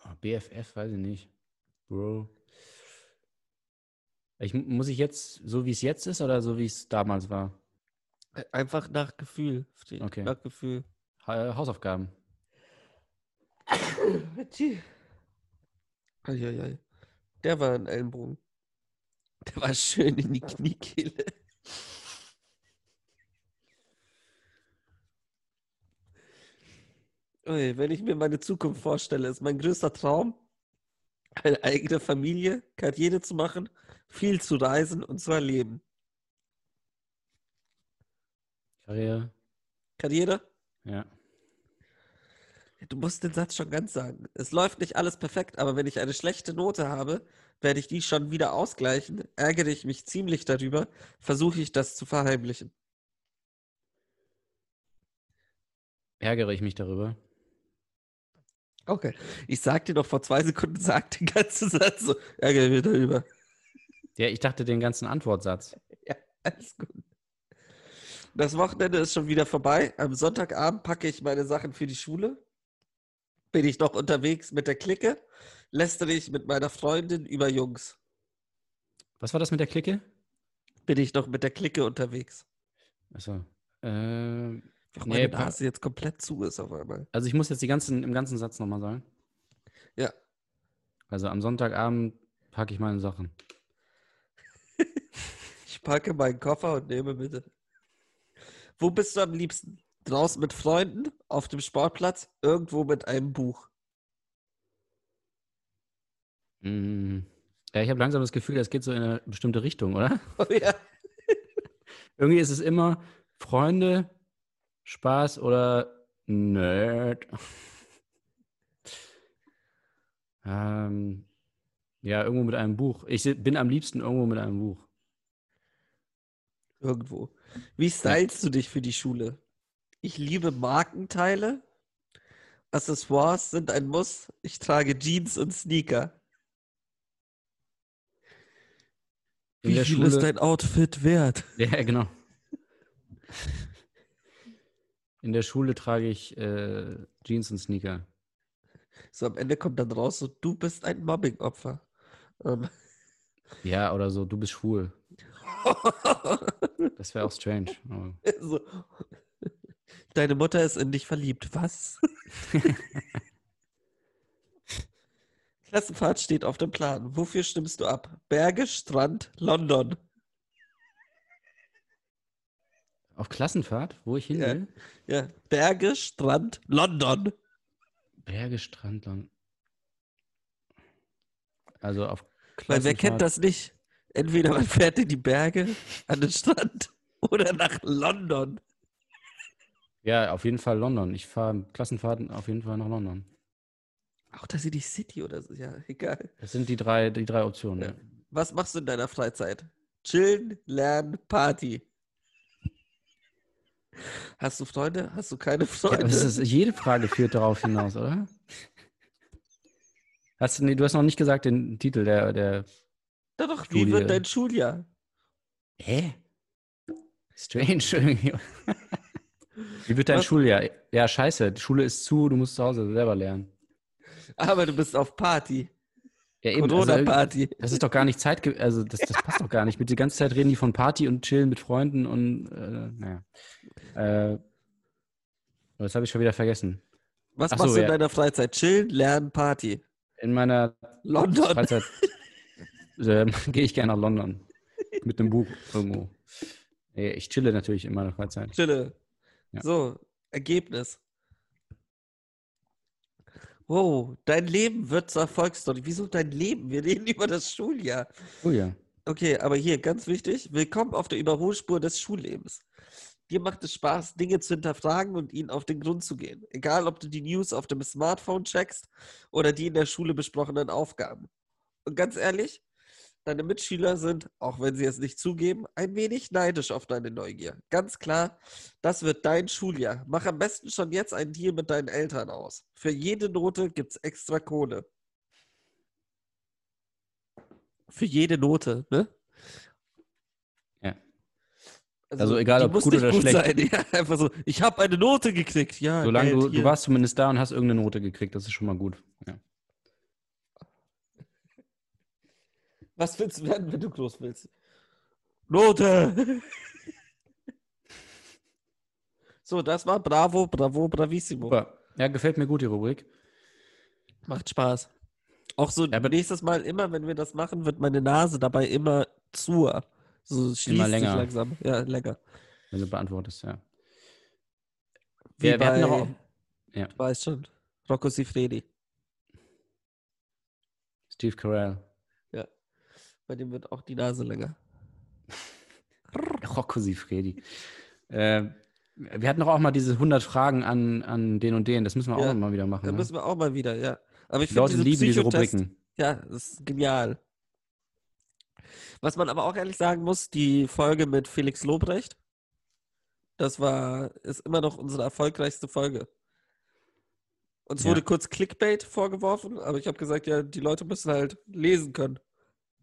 [SPEAKER 2] oh, BFF, weiß ich nicht. Bro. Ich, mu- muss ich jetzt, so wie es jetzt ist oder so wie es damals war?
[SPEAKER 1] Äh, Einfach nach Gefühl. Steht.
[SPEAKER 2] Okay.
[SPEAKER 1] Nach Gefühl.
[SPEAKER 2] Ha äh, Hausaufgaben.
[SPEAKER 1] Eieiei. Der war ein Ellenbogen. Der war schön in die Kniekehle. Ui, wenn ich mir meine Zukunft vorstelle, ist mein größter Traum, eine eigene Familie, Karriere zu machen, viel zu reisen und zu erleben.
[SPEAKER 2] Karriere.
[SPEAKER 1] Karriere?
[SPEAKER 2] Ja.
[SPEAKER 1] Du musst den Satz schon ganz sagen. Es läuft nicht alles perfekt, aber wenn ich eine schlechte Note habe, werde ich die schon wieder ausgleichen. Ärgere ich mich ziemlich darüber, versuche ich das zu verheimlichen.
[SPEAKER 2] Ärgere ich mich darüber.
[SPEAKER 1] Okay. Ich sagte doch vor zwei Sekunden, sagt den ganzen Satz so, ärgere mich darüber.
[SPEAKER 2] Der, ich dachte den ganzen Antwortsatz.
[SPEAKER 1] Alles gut. Das Wochenende ist schon wieder vorbei. Am Sonntagabend packe ich meine Sachen für die Schule. Bin ich noch unterwegs mit der Clique, lästere ich mit meiner Freundin über Jungs.
[SPEAKER 2] Was war das mit der Clique?
[SPEAKER 1] Bin ich noch mit der Clique unterwegs.
[SPEAKER 2] Achso. Ähm,
[SPEAKER 1] Ach,
[SPEAKER 2] Nee,
[SPEAKER 1] meine
[SPEAKER 2] pa-
[SPEAKER 1] Nase jetzt komplett zu ist auf einmal.
[SPEAKER 2] also ich muss jetzt die ganzen, im ganzen Satz nochmal sagen.
[SPEAKER 1] Ja.
[SPEAKER 2] Also am Sonntagabend packe ich meine Sachen.
[SPEAKER 1] Ich packe meinen Koffer und nehme mit. Wo bist du am liebsten? Draußen mit Freunden, auf dem Sportplatz, irgendwo mit einem Buch.
[SPEAKER 2] Mm. Ja, ich habe langsam das Gefühl, das geht so in eine bestimmte Richtung, oder?
[SPEAKER 1] Oh ja.
[SPEAKER 2] Irgendwie ist es immer Freunde, Spaß oder Nerd. ähm, ja, irgendwo mit einem Buch. Ich si- bin am liebsten irgendwo mit einem Buch.
[SPEAKER 1] Irgendwo. Wie stylst du dich für die Schule? Ich liebe Markenteile. Accessoires sind ein Muss. Ich trage Jeans und Sneaker.
[SPEAKER 2] In
[SPEAKER 1] Wie
[SPEAKER 2] der
[SPEAKER 1] viel
[SPEAKER 2] Schule.
[SPEAKER 1] ist dein Outfit wert?
[SPEAKER 2] ja, genau. In der Schule trage ich äh, Jeans und Sneaker.
[SPEAKER 1] So, am Ende kommt dann raus, so, du bist ein Mobbing-Opfer. Ähm,
[SPEAKER 2] Ja, oder so, du bist schwul. Das wäre auch strange. aber-
[SPEAKER 1] So. Deine Mutter ist in dich verliebt. Was? Klassenfahrt steht auf dem Plan. Wofür stimmst du ab? Berge, Strand, London.
[SPEAKER 2] Auf Klassenfahrt, wo ich hin
[SPEAKER 1] Ja.
[SPEAKER 2] will?
[SPEAKER 1] Ja, Berge, Strand, London.
[SPEAKER 2] Berge, Strand, Land. Also auf
[SPEAKER 1] Weil wer kennt
[SPEAKER 2] Klassenfahrt-
[SPEAKER 1] das nicht? Entweder man fährt in die Berge, an den Strand oder nach London.
[SPEAKER 2] Ja, auf jeden Fall London. Ich fahre Klassenfahrten auf jeden Fall nach London.
[SPEAKER 1] Auch dass sie die City oder so. Ja, egal.
[SPEAKER 2] Das sind die drei, die drei Optionen.
[SPEAKER 1] Ja.
[SPEAKER 2] Ja.
[SPEAKER 1] Was machst du in deiner Freizeit? Chillen, lernen, Party. Hast du Freunde? Hast du keine
[SPEAKER 2] Ja,
[SPEAKER 1] Freunde?
[SPEAKER 2] aber es ist, jede Frage führt darauf hinaus, oder? Hast, du- nee, du hast noch nicht gesagt den Titel der. der
[SPEAKER 1] Na doch, wie
[SPEAKER 2] Studie.
[SPEAKER 1] wird dein Schuljahr?
[SPEAKER 2] Hä? Strange irgendwie. Wie wird dein
[SPEAKER 1] Was?
[SPEAKER 2] Schuljahr? Ja, scheiße. Die Schule ist zu, du musst zu Hause selber lernen.
[SPEAKER 1] Aber du bist auf Party.
[SPEAKER 2] Ja, eben. also irgendwie-
[SPEAKER 1] Corona-Party.
[SPEAKER 2] Das ist doch gar nicht Zeit, ge- also das, das passt doch gar nicht. Mit die ganze Zeit reden die von Party und chillen mit Freunden und äh, naja. Äh, oh, das habe ich schon wieder vergessen.
[SPEAKER 1] Was
[SPEAKER 2] Ach so,
[SPEAKER 1] machst du in
[SPEAKER 2] ja.
[SPEAKER 1] deiner Freizeit? Chillen, lernen, Party.
[SPEAKER 2] In meiner
[SPEAKER 1] London.
[SPEAKER 2] Freizeit ähm, gehe ich gerne nach London mit einem Buch irgendwo. Nee, ich chille natürlich in meiner Freizeit.
[SPEAKER 1] Chille.
[SPEAKER 2] Ja.
[SPEAKER 1] So, Ergebnis. Wow, dein Leben wird zur Erfolgsstory. Wieso dein Leben? Wir reden über das Schuljahr.
[SPEAKER 2] Oh ja.
[SPEAKER 1] Okay, aber hier ganz wichtig: Willkommen auf der Überholspur des Schullebens. Dir macht es Spaß, Dinge zu hinterfragen und ihnen auf den Grund zu gehen. Egal, ob du die News auf dem Smartphone checkst oder die in der Schule besprochenen Aufgaben. Und ganz ehrlich, deine Mitschüler sind, auch wenn sie es nicht zugeben, ein wenig neidisch auf deine Neugier. Ganz klar, das wird dein Schuljahr. Mach am besten schon jetzt einen Deal mit deinen Eltern aus. Für jede Note gibt's extra Kohle. Für jede Note, ne?
[SPEAKER 2] Ja. Also egal,
[SPEAKER 1] die
[SPEAKER 2] ob
[SPEAKER 1] muss
[SPEAKER 2] gut
[SPEAKER 1] nicht
[SPEAKER 2] oder schlecht.
[SPEAKER 1] Sein. Ja, einfach so, ich habe eine Note gekriegt. Ja,
[SPEAKER 2] Solange
[SPEAKER 1] Geld
[SPEAKER 2] du, du
[SPEAKER 1] hier.
[SPEAKER 2] warst zumindest da und hast irgendeine Note gekriegt, das ist schon mal gut. Ja.
[SPEAKER 1] Was willst du werden, wenn du groß willst? Note! so, das war Bravo, Bravo, Bravissimo.
[SPEAKER 2] Super. Ja, gefällt mir gut, die Rubrik.
[SPEAKER 1] Macht Spaß. Auch so
[SPEAKER 2] Ja, aber-
[SPEAKER 1] nächstes Mal immer, wenn wir das machen, wird meine Nase dabei immer zuer. So schließt
[SPEAKER 2] länger.
[SPEAKER 1] sich langsam. Ja, länger.
[SPEAKER 2] Wenn du beantwortest, ja.
[SPEAKER 1] Wie
[SPEAKER 2] Wir- wir hatten
[SPEAKER 1] bei,
[SPEAKER 2] doch auch- ja.
[SPEAKER 1] Du weißt schon, Rocco Sifredi.
[SPEAKER 2] Steve Carell.
[SPEAKER 1] Bei dem wird auch die Nase länger.
[SPEAKER 2] Rocco Sifredi. äh, wir hatten doch auch mal diese 100 Fragen an, an den und den. Das müssen wir
[SPEAKER 1] Ja.
[SPEAKER 2] auch mal wieder machen.
[SPEAKER 1] Da
[SPEAKER 2] Ne?
[SPEAKER 1] müssen wir auch mal wieder, ja. Aber ich
[SPEAKER 2] Die
[SPEAKER 1] finde
[SPEAKER 2] Leute
[SPEAKER 1] diese
[SPEAKER 2] lieben diese
[SPEAKER 1] Psychotests-
[SPEAKER 2] Rubriken.
[SPEAKER 1] Ja, das ist genial. Was man aber auch ehrlich sagen muss, die Folge mit Felix Lobrecht, das war, ist immer noch unsere erfolgreichste Folge. Uns
[SPEAKER 2] Ja.
[SPEAKER 1] wurde kurz Clickbait vorgeworfen, aber ich habe gesagt, ja, die Leute müssen halt lesen können.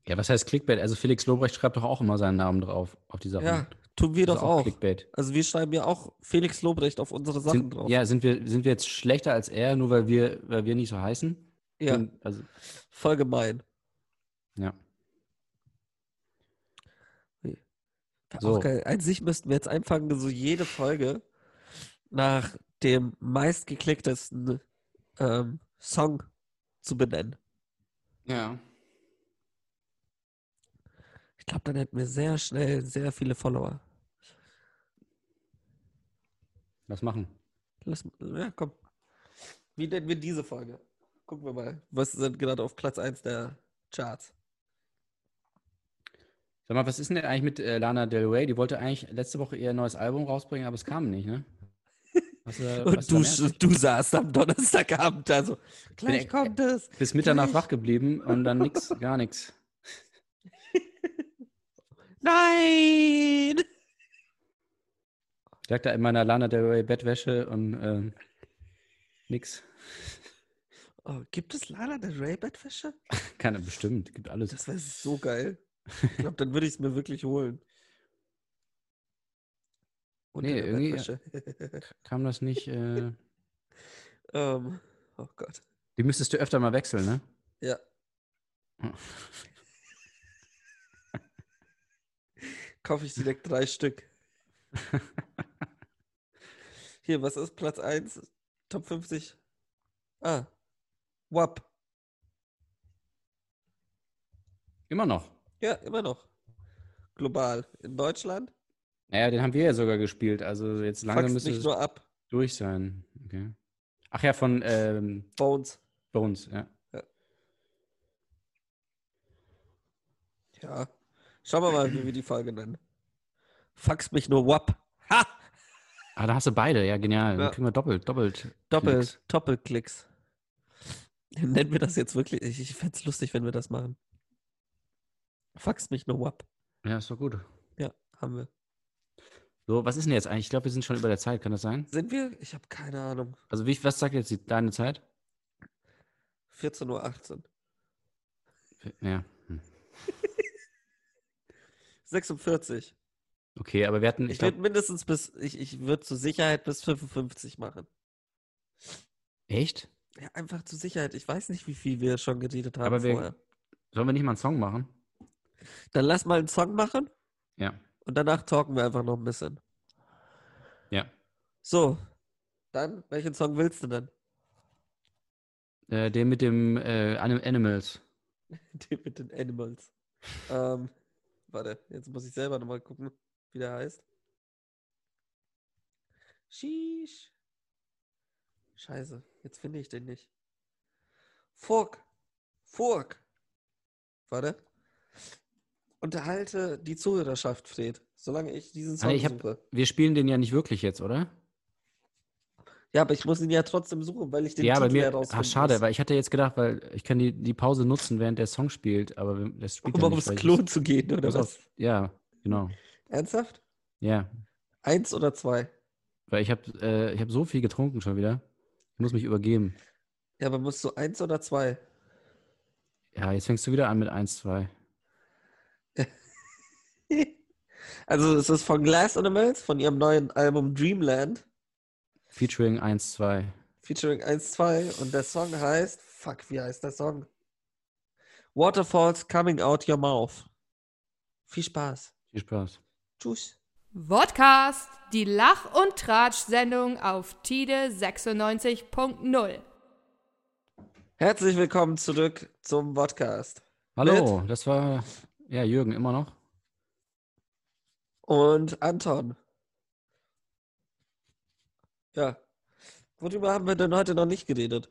[SPEAKER 2] Ja, was heißt Clickbait? Also Felix Lobrecht schreibt doch auch immer seinen Namen drauf, auf die Sachen.
[SPEAKER 1] Ja, tun wir
[SPEAKER 2] Das
[SPEAKER 1] doch
[SPEAKER 2] ist
[SPEAKER 1] auch.
[SPEAKER 2] Clickbait.
[SPEAKER 1] Also wir schreiben ja auch Felix Lobrecht auf unsere Sachen
[SPEAKER 2] Sind,
[SPEAKER 1] drauf.
[SPEAKER 2] ja, sind wir, sind wir jetzt schlechter als er, nur weil wir, weil wir nicht so heißen?
[SPEAKER 1] Ja,
[SPEAKER 2] Und, also,
[SPEAKER 1] voll gemein.
[SPEAKER 2] ja.
[SPEAKER 1] Wär
[SPEAKER 2] So.
[SPEAKER 1] Auch geil. An sich müssten wir jetzt einfangen, so jede Folge nach dem meistgeklicktesten ähm, Song zu benennen.
[SPEAKER 2] Ja.
[SPEAKER 1] Ich glaube, dann hätten wir sehr schnell sehr viele Follower.
[SPEAKER 2] Was machen?
[SPEAKER 1] Lass, ja, komm. Wie nennen wir diese Folge? Gucken wir mal. Was sind gerade auf Platz 1 der Charts?
[SPEAKER 2] Sag mal, was ist denn denn eigentlich mit äh, Lana Del Rey? Die wollte eigentlich letzte Woche ihr neues Album rausbringen, aber es kam nicht, ne? Hast du da-
[SPEAKER 1] Und
[SPEAKER 2] hast du da
[SPEAKER 1] du,
[SPEAKER 2] mehr
[SPEAKER 1] sch- du saßt am Donnerstagabend da so, gleich
[SPEAKER 2] echt-
[SPEAKER 1] kommt es.
[SPEAKER 2] bis Mitternacht
[SPEAKER 1] Gleich.
[SPEAKER 2] wach geblieben und dann nix, gar nichts.
[SPEAKER 1] Nein!
[SPEAKER 2] Ich lag da in meiner Lana Del Rey Bettwäsche und ähm, nix.
[SPEAKER 1] Oh, gibt es Lana der Ray-Bettwäsche?
[SPEAKER 2] Keine, bestimmt, gibt alles.
[SPEAKER 1] Das wäre so geil. Ich glaube, dann würde ich es mir wirklich holen. Unter
[SPEAKER 2] Nee,
[SPEAKER 1] der
[SPEAKER 2] irgendwie-
[SPEAKER 1] Bettwäsche.
[SPEAKER 2] Kam das nicht? Äh,
[SPEAKER 1] ähm, oh Gott.
[SPEAKER 2] die müsstest du öfter mal wechseln, ne?
[SPEAKER 1] Ja. Kaufe ich direkt drei Stück. Hier, was ist Platz 1? Top 50? Ah. WAP.
[SPEAKER 2] Immer noch.
[SPEAKER 1] Ja, immer noch. Global. In Deutschland
[SPEAKER 2] Naja, den haben wir ja sogar gespielt. Also jetzt langsam
[SPEAKER 1] fuckst
[SPEAKER 2] müsste
[SPEAKER 1] nicht
[SPEAKER 2] es
[SPEAKER 1] nur ab.
[SPEAKER 2] durch sein. Okay. Ach ja, von ähm,
[SPEAKER 1] Bones.
[SPEAKER 2] Bones, ja.
[SPEAKER 1] Ja. Schauen wir mal, wie wir die Folge nennen. Fax mich nur WAP. Ha!
[SPEAKER 2] Ah, da hast du beide, ja, genial.
[SPEAKER 1] Ja.
[SPEAKER 2] Dann kriegen wir doppelt, doppelt.
[SPEAKER 1] Doppel,
[SPEAKER 2] Klicks.
[SPEAKER 1] Doppelklicks. Nennen wir das jetzt wirklich? Ich, ich fände es lustig, wenn wir das machen. Fax mich nur WAP.
[SPEAKER 2] Ja, ist doch gut.
[SPEAKER 1] Ja, haben wir.
[SPEAKER 2] So, was ist denn jetzt eigentlich? Ich glaube, wir sind schon über der Zeit, kann das sein?
[SPEAKER 1] Sind wir? Ich habe keine Ahnung.
[SPEAKER 2] Also, wie, was sagt jetzt die, deine Zeit?
[SPEAKER 1] 14.18 Uhr.
[SPEAKER 2] Ja. hm.
[SPEAKER 1] 46.
[SPEAKER 2] Okay, aber wir hatten, ich
[SPEAKER 1] Ich würde
[SPEAKER 2] glaube,
[SPEAKER 1] mindestens bis, ich, ich würde zur Sicherheit bis 55 machen.
[SPEAKER 2] echt?
[SPEAKER 1] Ja, einfach zur Sicherheit. Ich weiß nicht, wie viel wir schon geredet haben
[SPEAKER 2] Aber wir-
[SPEAKER 1] vorher.
[SPEAKER 2] Sollen wir nicht mal einen Song machen?
[SPEAKER 1] Dann lass mal einen Song machen
[SPEAKER 2] Ja.
[SPEAKER 1] und danach talken wir einfach noch ein bisschen.
[SPEAKER 2] Ja.
[SPEAKER 1] So. Dann, welchen Song willst du denn?
[SPEAKER 2] Äh, den mit dem äh, Anim- Animals.
[SPEAKER 1] Den mit den Animals. ähm, warte, jetzt muss ich selber nochmal gucken, wie der heißt. Sheesh. Scheiße, jetzt finde ich den nicht. Fork. Fork. Warte. Unterhalte die Zuhörerschaft, Fred, solange ich diesen Song
[SPEAKER 2] Ah, ich hab-
[SPEAKER 1] suche.
[SPEAKER 2] Wir spielen den ja nicht wirklich jetzt, oder?
[SPEAKER 1] Ja, aber ich muss ihn ja trotzdem suchen, weil ich den
[SPEAKER 2] ja, bei
[SPEAKER 1] Titel
[SPEAKER 2] mir.
[SPEAKER 1] herausfinden
[SPEAKER 2] Ach, schade,
[SPEAKER 1] muss.
[SPEAKER 2] weil ich hatte jetzt gedacht, weil ich kann die, die Pause nutzen, während der Song spielt, aber wir- das spielt
[SPEAKER 1] um
[SPEAKER 2] ja
[SPEAKER 1] aufs
[SPEAKER 2] nicht. weil ich-
[SPEAKER 1] Klo zu gehen, oder
[SPEAKER 2] Pass
[SPEAKER 1] was?
[SPEAKER 2] auf. Ja, genau.
[SPEAKER 1] Ernsthaft?
[SPEAKER 2] Ja,
[SPEAKER 1] Eins oder zwei?
[SPEAKER 2] weil ich habe äh, ich hab so viel getrunken schon wieder. Ich muss mich übergeben.
[SPEAKER 1] Ja, aber musst du eins oder zwei?
[SPEAKER 2] Ja, jetzt fängst du wieder an mit 1, 2.
[SPEAKER 1] Also es ist von Glass Animals, von ihrem neuen Album Dreamland,
[SPEAKER 2] Featuring 1, 2.
[SPEAKER 1] featuring 1, 2. Und der Song heißt, fuck, wie heißt der Song? Waterfalls Coming Out Your Mouth. Viel Spaß.
[SPEAKER 2] Viel Spaß.
[SPEAKER 1] Tschüss.
[SPEAKER 3] Vodcast, die Lach- und Tratsch-Sendung auf Tide 96.0.
[SPEAKER 1] Herzlich willkommen zurück zum Podcast.
[SPEAKER 2] Hallo, das war ja Jürgen immer noch.
[SPEAKER 1] Und Anton. Ja. Worüber haben wir denn heute noch nicht geredet?